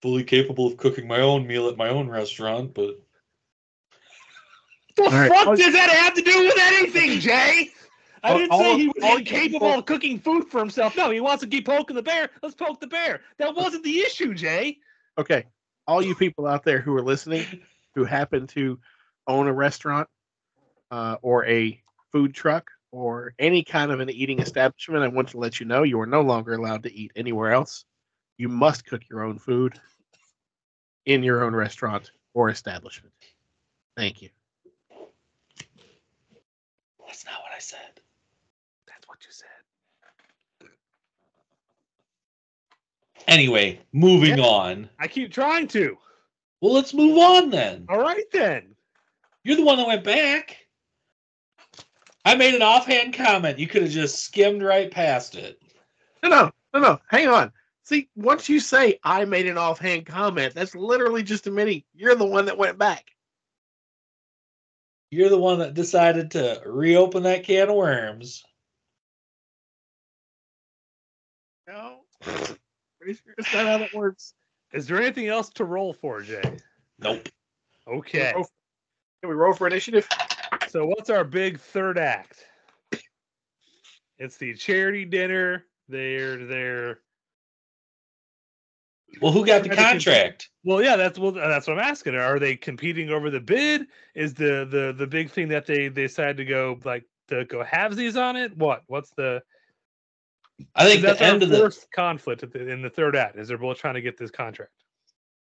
H: Fully capable of cooking my own meal at my own restaurant, but
E: The
G: right.
E: fuck does that have to do with anything, Jay? I
G: All-
E: didn't
G: all
E: say
G: of-
E: he was
G: all you
E: incapable
G: people-
E: of cooking food for himself. No, he wants to keep poking the bear. Let's poke the bear. That wasn't the issue, Jay.
G: Okay. All you people out there who are listening who happen to own a restaurant uh, or a food truck or any kind of an eating establishment, I want to let you know you are no longer allowed to eat anywhere else. You must cook your own food in your own restaurant or establishment. Thank you.
H: that's not what I said.
E: That's what you said.
H: Anyway, moving on.
E: I keep trying to.
H: Well, let's move on then.
E: All right then.
H: You're the one that went back. I made an offhand comment. You could have just skimmed right past it.
G: No, no, no, no. Hang on. See, once you say I made an offhand comment, that's literally just admitting you're the one that went back.
H: You're the one that decided to reopen that can of worms.
G: No. Pretty sure that's not how that works.
E: Is there anything else to roll for, Jay?
H: Nope.
E: Okay.
G: Roll for- Can we roll for initiative?
E: So what's our big third act? It's the charity dinner. They're they're
H: Well, who got the
E: Try to continue.
H: contract?
E: Well, yeah, that's well, that's what I'm asking. Are they competing over the bid? Is the the the big thing that they they decide to go like to go halvesies on it? What what's the?
H: I think
E: that's
H: the end
E: our
H: of the
E: fourth conflict at the, in the third act. Is they're both trying to get this contract?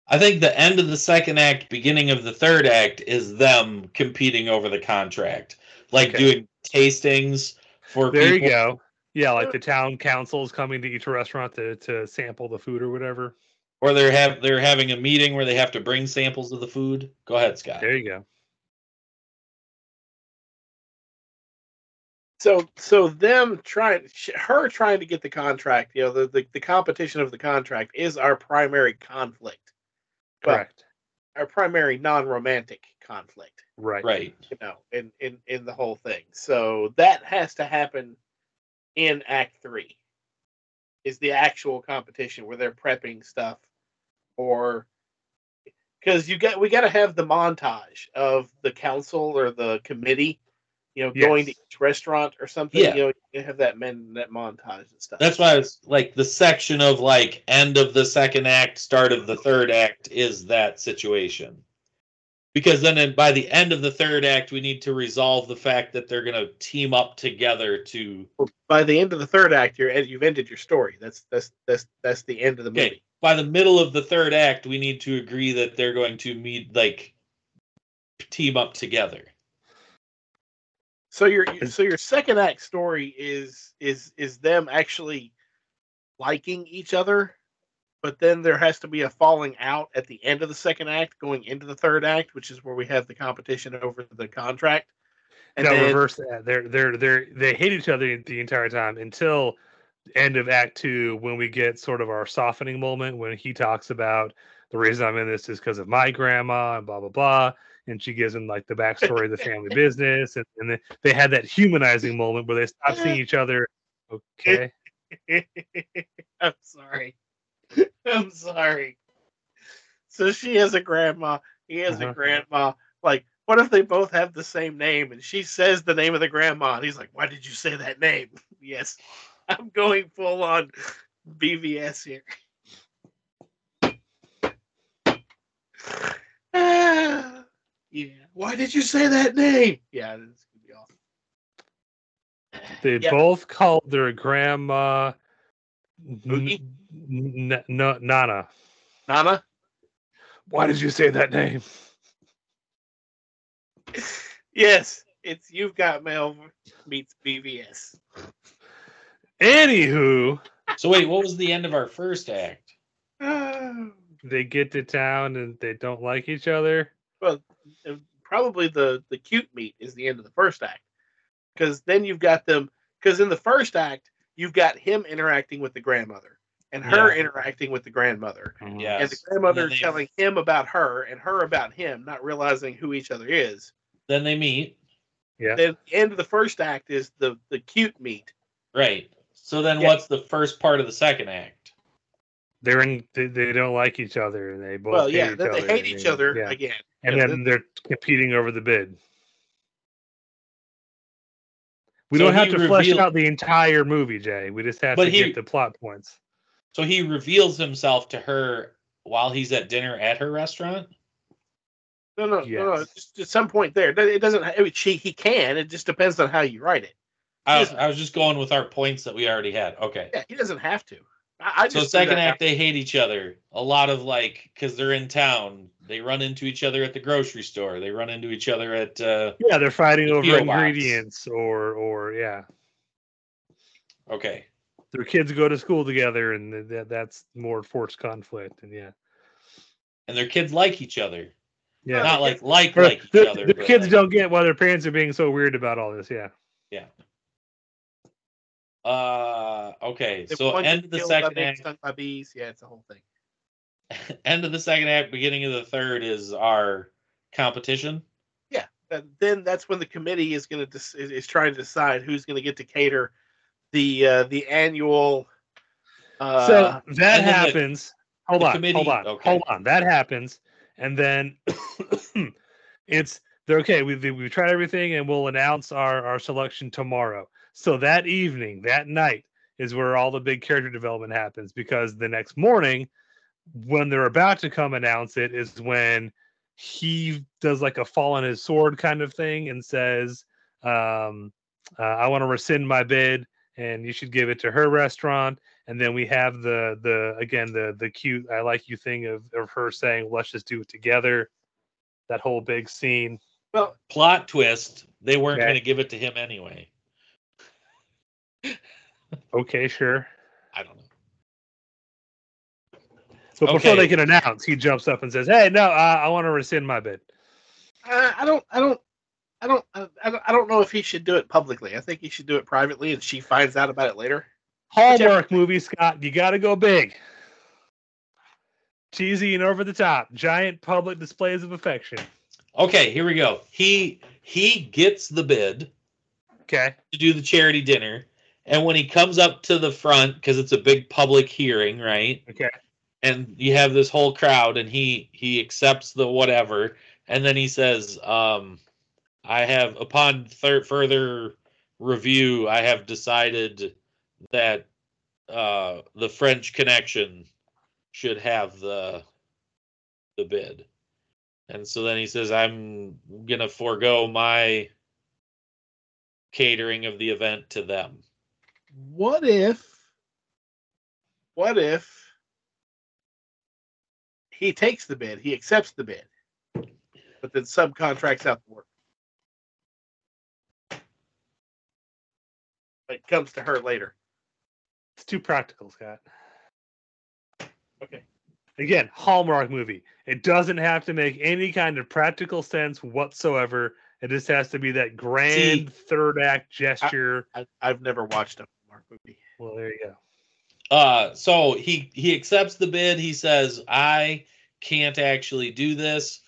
H: I think the end of the second act, beginning of the third act is them competing over the contract, like
E: Okay.
H: doing tastings for
E: There you
H: people.
E: go. Yeah, like the town council is coming to each restaurant to, to sample the food or whatever.
H: Or they're have they're having a meeting where they have to bring samples of the food. Go ahead, Scott.
E: There you go.
G: So, so them trying, sh- her trying to get the contract, you know, the, the, the competition of the contract is our primary conflict, But-
E: Correct.
G: our primary non-romantic conflict,
E: Right.
H: Right.
G: you know, in, in, in the whole thing. So that has to happen in act three is the actual competition where they're prepping stuff or because you got, we got to have the montage of the council or the committee, you know, going to
E: Yes.
G: each restaurant or something,
H: Yeah.
G: you know, you have that men, that montage and stuff.
H: That's why it's like the section of like end of the second act, start of the third act is that situation. Because then in- by the end of the third act, we need to resolve the fact that they're going to team up together to.
G: by the end of the third act, you're you've ended your story. That's that's that's that's the end of the movie.
H: Okay. By the middle of the third act, we need to agree that they're going to meet, like, team up together.
G: So your so your second act story is is is them actually liking each other, but then there has to be a falling out at the end of the second act, going into the third act, which is where we have the competition over the contract.
E: And
G: And then,
E: reverse that. They're they're they're they hate each other the entire time until end of act two when we get sort of our softening moment when he talks about the reason I'm in this is because of my grandma and blah blah blah. And she gives him like the backstory of the family business, and, and then they had that humanizing moment where they stop seeing each other.
G: Uh,
E: Okay,
G: I'm sorry. I'm sorry. So she has a grandma. He has
E: Uh-huh.
G: a grandma. Like, what if they both have the same name? And she says the name of the grandma, and he's like, "Why did you say that name?" yes, I'm going full on BVS here. Ah, yeah. Why did you say that name? Yeah, this could be awesome.
E: they
G: Yeah.
E: both called their grandma N-
G: Boogie?
E: N- N- N- Nana.
G: Nana.
E: Why did you say that name?
G: Yes, it's you've got mail meets BVS.
E: Anywho,
H: So, wait, what was the end of our first act?
G: Oh,
E: they get to town and they don't like each other.
G: well, uh, probably the the cute meet is the end of the first act, because then you've got them. Because in the first act, you've got him interacting with the grandmother and her
H: Yeah.
G: interacting with the grandmother,
H: Yes.
G: and the grandmother
H: And then they-
G: telling him about her and her about him, not realizing who each other is.
H: Then they meet.
E: Yeah.
G: Then the end of the first act is the the cute meet.
H: Right. So, then
G: Yeah.
H: what's the first part of the second act?
E: They're in. They, they don't like each other, and they both.
G: well,
E: hate
G: yeah,
E: each
G: then they
E: other,
G: hate
E: and
G: each
E: they-
G: other
E: yeah.
G: again.
E: and
G: yeah,
E: then
G: then-
E: they're competing over the bid. We
H: So
E: don't have
H: he
E: to flesh
H: revealed-
E: out the entire movie, Jay. We just have
H: But
E: to
H: he-
E: get the plot points.
H: So he reveals himself to her while he's at dinner at her restaurant.
G: No, no, no, no.
E: Yes.
G: Just at some point there, it doesn't. I mean, she he can. It just depends on how you write it.
H: I was, I was just going with our points that we already had. Okay.
G: Yeah, he doesn't have to. I, I
H: So
G: just
H: second act, they hate each other. A lot of like because they're in town, they run into each other at the grocery store. They run into each other at uh,
E: Yeah, they're fighting
H: The
E: over
H: P.O. box.
E: ingredients, or or yeah,
H: okay.
E: their kids go to school together, and th- that that's more forced conflict, and yeah,
H: And their kids like each other,
E: yeah.
H: not like like
E: Or
H: like
E: the,
H: each other.
E: the
H: but,
E: kids
H: like-
E: don't get why their parents are being so weird about all this. Yeah,
H: Uh, okay.
G: The
H: So
G: one
H: end
G: gets
H: of the
G: killed by
H: second
G: being
H: act,
G: stung by bees. Yeah, it's a whole thing.
H: end of the second act, beginning of the third is our competition.
G: But then that's when the committee is going to dis- is, is trying to decide who's going to get to cater the uh, the annual. Uh,
E: so that
H: and then the-
E: happens. hold
H: the
E: on,
H: committee-
E: hold on,
H: okay.
E: hold on. That happens, and then it's they're okay. We've we've tried everything, and we'll announce our our selection tomorrow. So that evening, that night is where all the big character development happens because the next morning, when they're about to come announce it, is when he does like a fall on his sword kind of thing and says, um, uh, "I want to rescind my bid." And you should give it to her restaurant and then we have the the again the the cute i like you thing of, of her saying let's just do it together that whole big scene
G: well,
H: Plot twist: They weren't
E: Okay.
H: going to give it to him anyway.
E: Okay, sure.
H: I don't know.
E: So before they
H: Okay.
E: can announce, he jumps up and says, "Hey, no, I, I want to rescind my bid."
G: I, I don't. I don't. I don't. I, I don't- I don't know if he should do it publicly. I think he should do it privately, and she finds out about it later.
E: Hallmark movie, Scott. You got to go big. Cheesy and over the top. Giant public displays of affection.
H: Okay, here we go. He he gets the bid
E: Okay.
H: to do the charity dinner, and when he comes up to the front because it's a big public hearing, right?
E: Okay.
H: And you have this whole crowd, and he he accepts the whatever, and then he says, um, "I have upon thir- further review, I have decided that uh, the French connection should have the the bid." And so then he says, "I'm gonna forego my catering of the event to them."
G: What if? What if? He takes the bid. He accepts the bid, but then subcontracts out the work. It comes to her later.
E: It's too practical, Scott.
G: Okay.
E: Again, Hallmark movie. It doesn't have to make any kind of practical sense whatsoever. It just has to be that grand third act gesture.
G: I, I've never watched a Hallmark movie.
E: well, there you go.
H: Uh, so he he accepts the bid. He says, "I can't actually do this.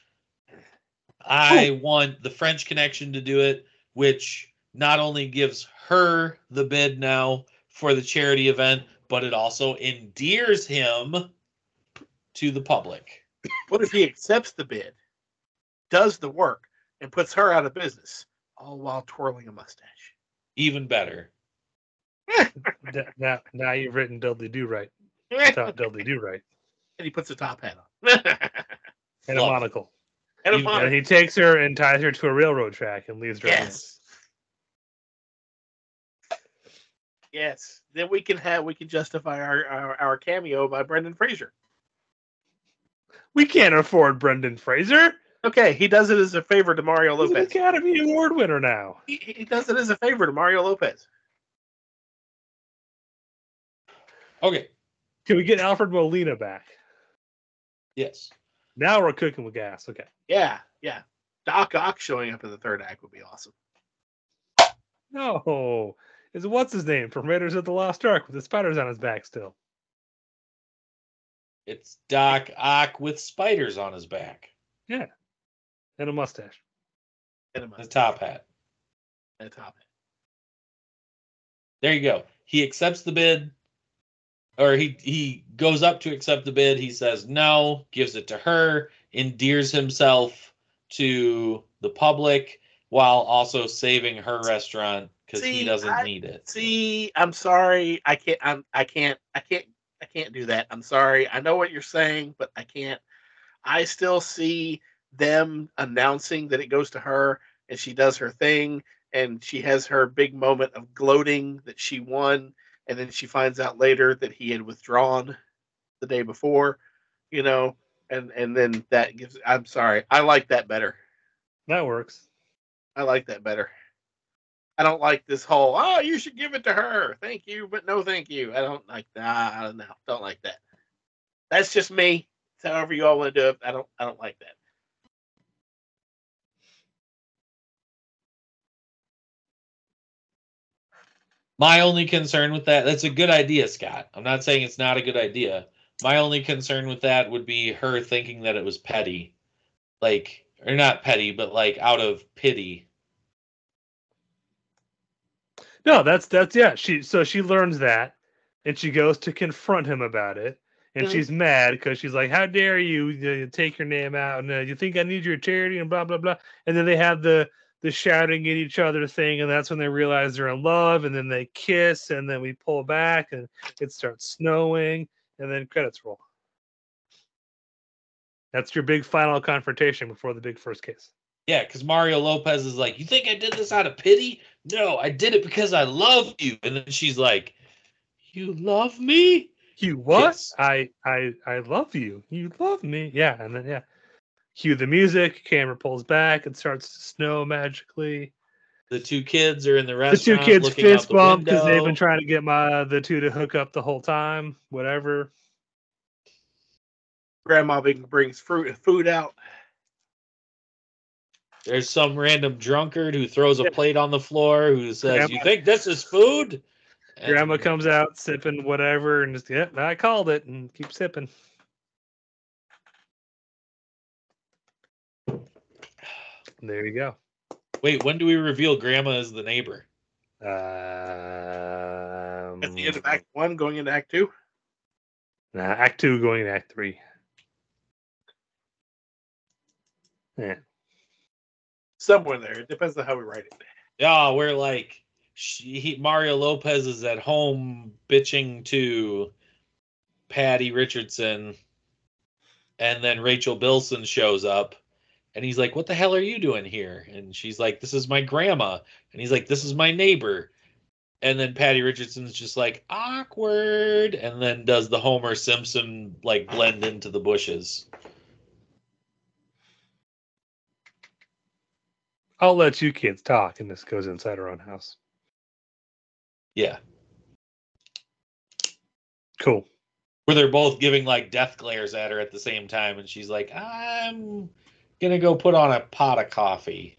H: I want the French Connection to do it, which not only gives her the bid now for the charity event, but it also endears him to the public."
G: What if he accepts the bid, does the work, and puts her out of business, all while twirling a mustache?
H: Even better.
E: D- now, now you've written Dudley Do Right. Top Dudley Do Right.
G: And he puts a top hat on.
E: And a
H: Love it.
E: monocle.
G: and a
H: You-
G: bonnet.
E: And he takes her and ties her to a railroad track and leaves her. on it.
G: Yes. Yes. Then we can have we can justify our our, our cameo by Brendan Fraser.
E: We can't afford Brendan Fraser.
G: Okay, he does it as a favor to Mario
E: He's an
G: Lopez.
E: Academy Award winner now.
G: He, he does it as a favor to Mario Lopez.
H: Okay.
E: Can we get Alfred Molina back?
H: Yes.
E: Now we're cooking with gas. Okay.
G: Yeah, yeah. Doc Ock showing up in the third act would be awesome.
E: No. Is what's his name from Raiders of the Lost Ark with the spiders on his back still?
H: It's Doc Ock with spiders on his back.
E: And a mustache.
G: And a,
H: The
G: mustache
H: top hat.
G: and a top hat.
H: There you go. He accepts the bid, or he he goes up to accept the bid. He says no, gives it to her, endears himself to the public while also saving her restaurant because he
G: See,
H: doesn't
G: I-
H: need it.
G: See, I'm sorry. I can't. I'm. I can't. I can't. I can't do that. I'm sorry. I know what you're saying, but I can't. I still see them announcing that it goes to her, and she does her thing, and she has her big moment of gloating that she won, and then she finds out later that he had withdrawn the day before, you know, and and then that gives. I'm sorry. I like that better.
E: That works.
G: I like that better. I don't like this whole oh you should give it to her. Thank you, but no thank you. I don't like that. I don't know. Don't like that. That's just me. It's however you all want to do it. I don't I don't like that.
H: My only concern with that, that's a good idea, Scott. I'm not saying it's not a good idea. My only concern with that would be her thinking that it was petty. Like, or not petty, but like out of pity.
E: No, that's that's yeah. She so she learns that and she goes to confront him about it. And
G: Mhm.
E: she's mad because she's like, "How dare you, uh, take your name out? And uh, you think I need your charity?" And blah blah blah. And then they have the the shouting at each other thing, and that's when they realize they're in love. And then they kiss, and then we pull back, and it starts snowing, and then credits roll. That's your big final confrontation before the big first kiss.
H: Yeah, because Mario Lopez is like, You think I did this out of pity? No, I did it because I love you. And then she's like, You love me?
E: You what?
H: Yes.
E: I I I love you. You love me. Yeah, and then yeah. Cue the music, camera pulls back, it starts to snow magically.
H: The two kids are in the
E: The two
H: restaurant.
E: kids
H: looking out
E: fist
H: the
E: bump because they've
H: window.
E: been trying to get my the two to hook up the whole time. Whatever.
G: Grandma Bing brings fruit food out.
H: There's some random drunkard who throws a plate on the floor who says,
E: Grandma-
H: "You think this is food?" And-
E: Grandma comes out sipping whatever, and just yep, I called it, and keep sipping. There you go.
H: Wait, when do we reveal Grandma is the neighbor?
E: Um,
G: At the end of
H: Mm-hmm.
G: Act One, going into Act Two.
E: Nah, Act Two going to Act Three. Yeah.
G: Somewhere in there. It depends on how we write it.
H: Yeah, we're like she, he, Mario Lopez is at home bitching to Patty Richardson, and then Rachel Bilson shows up, and he's like, "What the hell are you doing here?" And she's like, "This is my grandma," and he's like, "This is my neighbor." And then Patty Richardson's just like awkward, and then does the Homer Simpson like blend into the bushes.
E: I'll let you kids talk, and this goes inside our own house.
H: Yeah,
E: Cool.
H: where they're both giving like death glares at her at the same time and she's like i'm gonna go put on a pot of coffee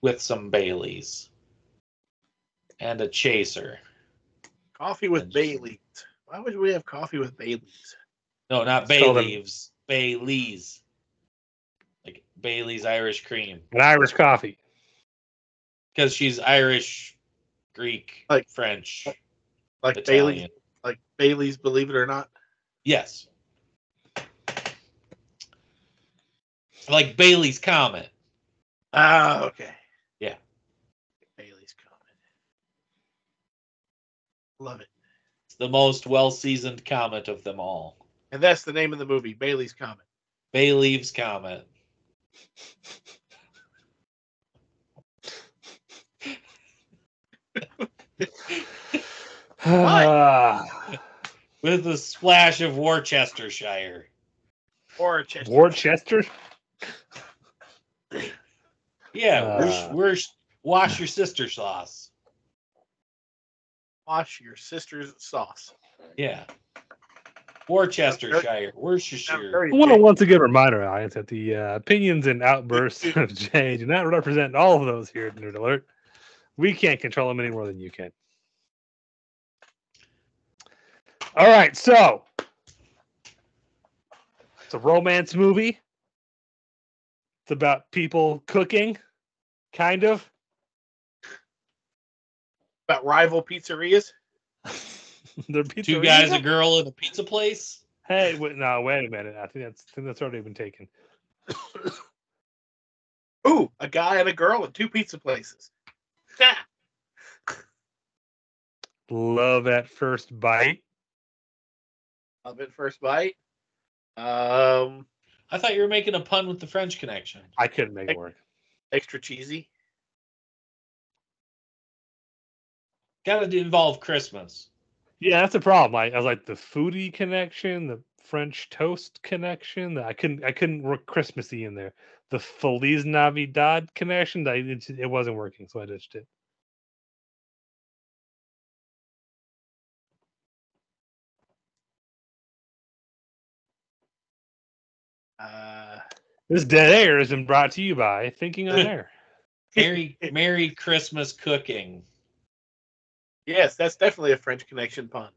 H: with some baileys and a chaser
G: Coffee with
H: Interesting.
G: bay leaves. Why would we have coffee with bay leaves?
H: no not bay
E: Spell them.
H: leaves baileys like bailey's irish cream
E: An Irish coffee.
H: because she's irish greek
G: Like-
H: french
G: Like
H: italian
G: Bailey's, like Bailey's, believe it or not.
H: yes like bailey's comet
G: Ah, okay.
H: Yeah.
G: Bailey's coming. Love it.
H: It's the most well seasoned comet of them all.
G: And that's the name of the movie, Bailey's Comet.
H: Bay Leaves Comet.
E: Ah,
H: With a splash of Worcestershire.
G: Or Chester.
E: Worcester.
H: Yeah,
E: Uh.
H: whoosh, whoosh, wash your sister sauce.
G: Wash your sister's sauce.
H: Yeah. Worcestershire.
G: I'm
H: Worcestershire.
G: very
E: I want to
G: big.
E: once again remind our audience that the uh, opinions and outbursts of Jay do not represent all of those here at Nerd Alert. We can't control them any more than you can. All right, so it's a romance movie. It's about people cooking, kind of.
G: about rival pizzerias.
E: They're
H: Two guys, a
E: pizzeria?
H: girl, and a pizza place.
E: Hey, wait, no, wait a minute. I think that's I think that's already been taken.
G: Ooh, a guy and a girl at two pizza places. Ha!
E: Love at first bite.
G: Love it first bite. Um,
H: I thought you were making a pun with the French connection.
E: I couldn't make it work.
G: extra cheesy.
H: Got to involve Christmas.
E: Yeah, that's the problem. I, I was like the foodie connection, the French toast connection. the- I couldn't I couldn't work Christmassy in there. The Feliz Navidad connection, I, it, just- it wasn't working, so I ditched it.
G: Uh,
E: This dead air has been brought to you by Thinking on Air.
H: Merry, Merry Christmas cooking.
G: yes, that's definitely a French connection pun.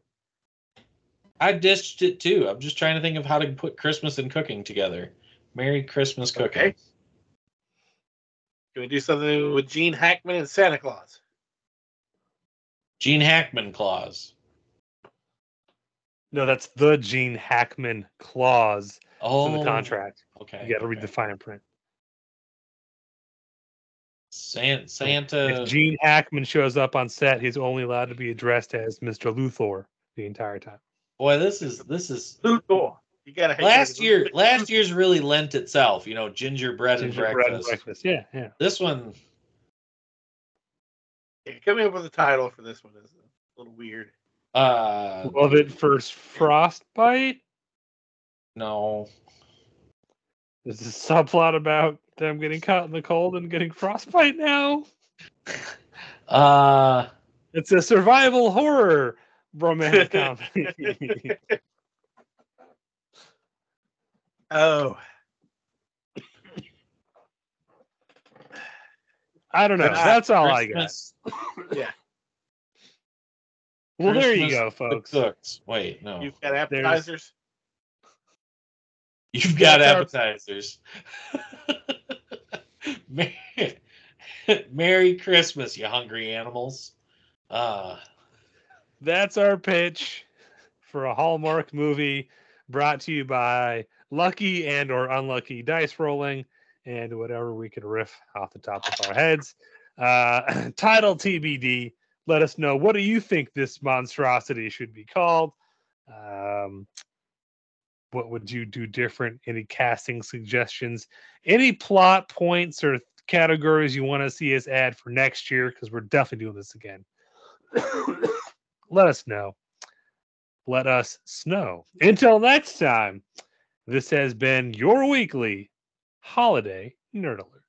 H: I ditched it too. I'm just trying to think of how to put Christmas and cooking together. Merry Christmas cooking.
G: Okay. Can we do something with Gene Hackman and Santa Claus?
H: Gene Hackman clause.
E: No, that's the Gene Hackman clause
H: Oh,
E: in the contract.
H: Okay.
E: You got to read
H: okay.
E: the fine print.
H: San- Santa.
E: if Gene Hackman shows up on set, he's only allowed to be addressed as Mr. Luthor the entire time.
H: Boy, this is this is
G: Luthor. You gotta hate
H: last
G: that.
H: year. Last year's really lent itself. You know, gingerbread,
E: Gingerbread
H: and,
E: and
H: breakfast.
E: breakfast. Yeah, yeah.
H: This one,
G: Yeah, coming up with a title for this one is a little weird.
H: uh,
E: Love it first frostbite.
H: no,
E: Is this subplot about them getting caught in the cold and getting frostbite now?
H: Uh,
E: It's a survival horror romantic comedy.
G: Oh,
E: I don't know.
H: Christmas-
E: That's all I got.
H: Christmas
E: Well, there you
H: Christmas
E: go, folks.
H: cooks. Wait, no. You've,
G: you've got appetizers.
H: got
E: That's our-
H: appetizers. Merry, Merry Christmas, you hungry animals. Uh,
E: That's our pitch for a Hallmark movie brought to you by lucky and or unlucky dice rolling and whatever we can riff off the top of our heads. Uh, title TBD. Let us know what do you think this monstrosity should be called. Um, what would you do different? Any casting suggestions? Any plot points or categories you want to see us add for next year? Because we're definitely doing this again. let us know. Let us snow. Until next time, this has been your weekly holiday nerd alert.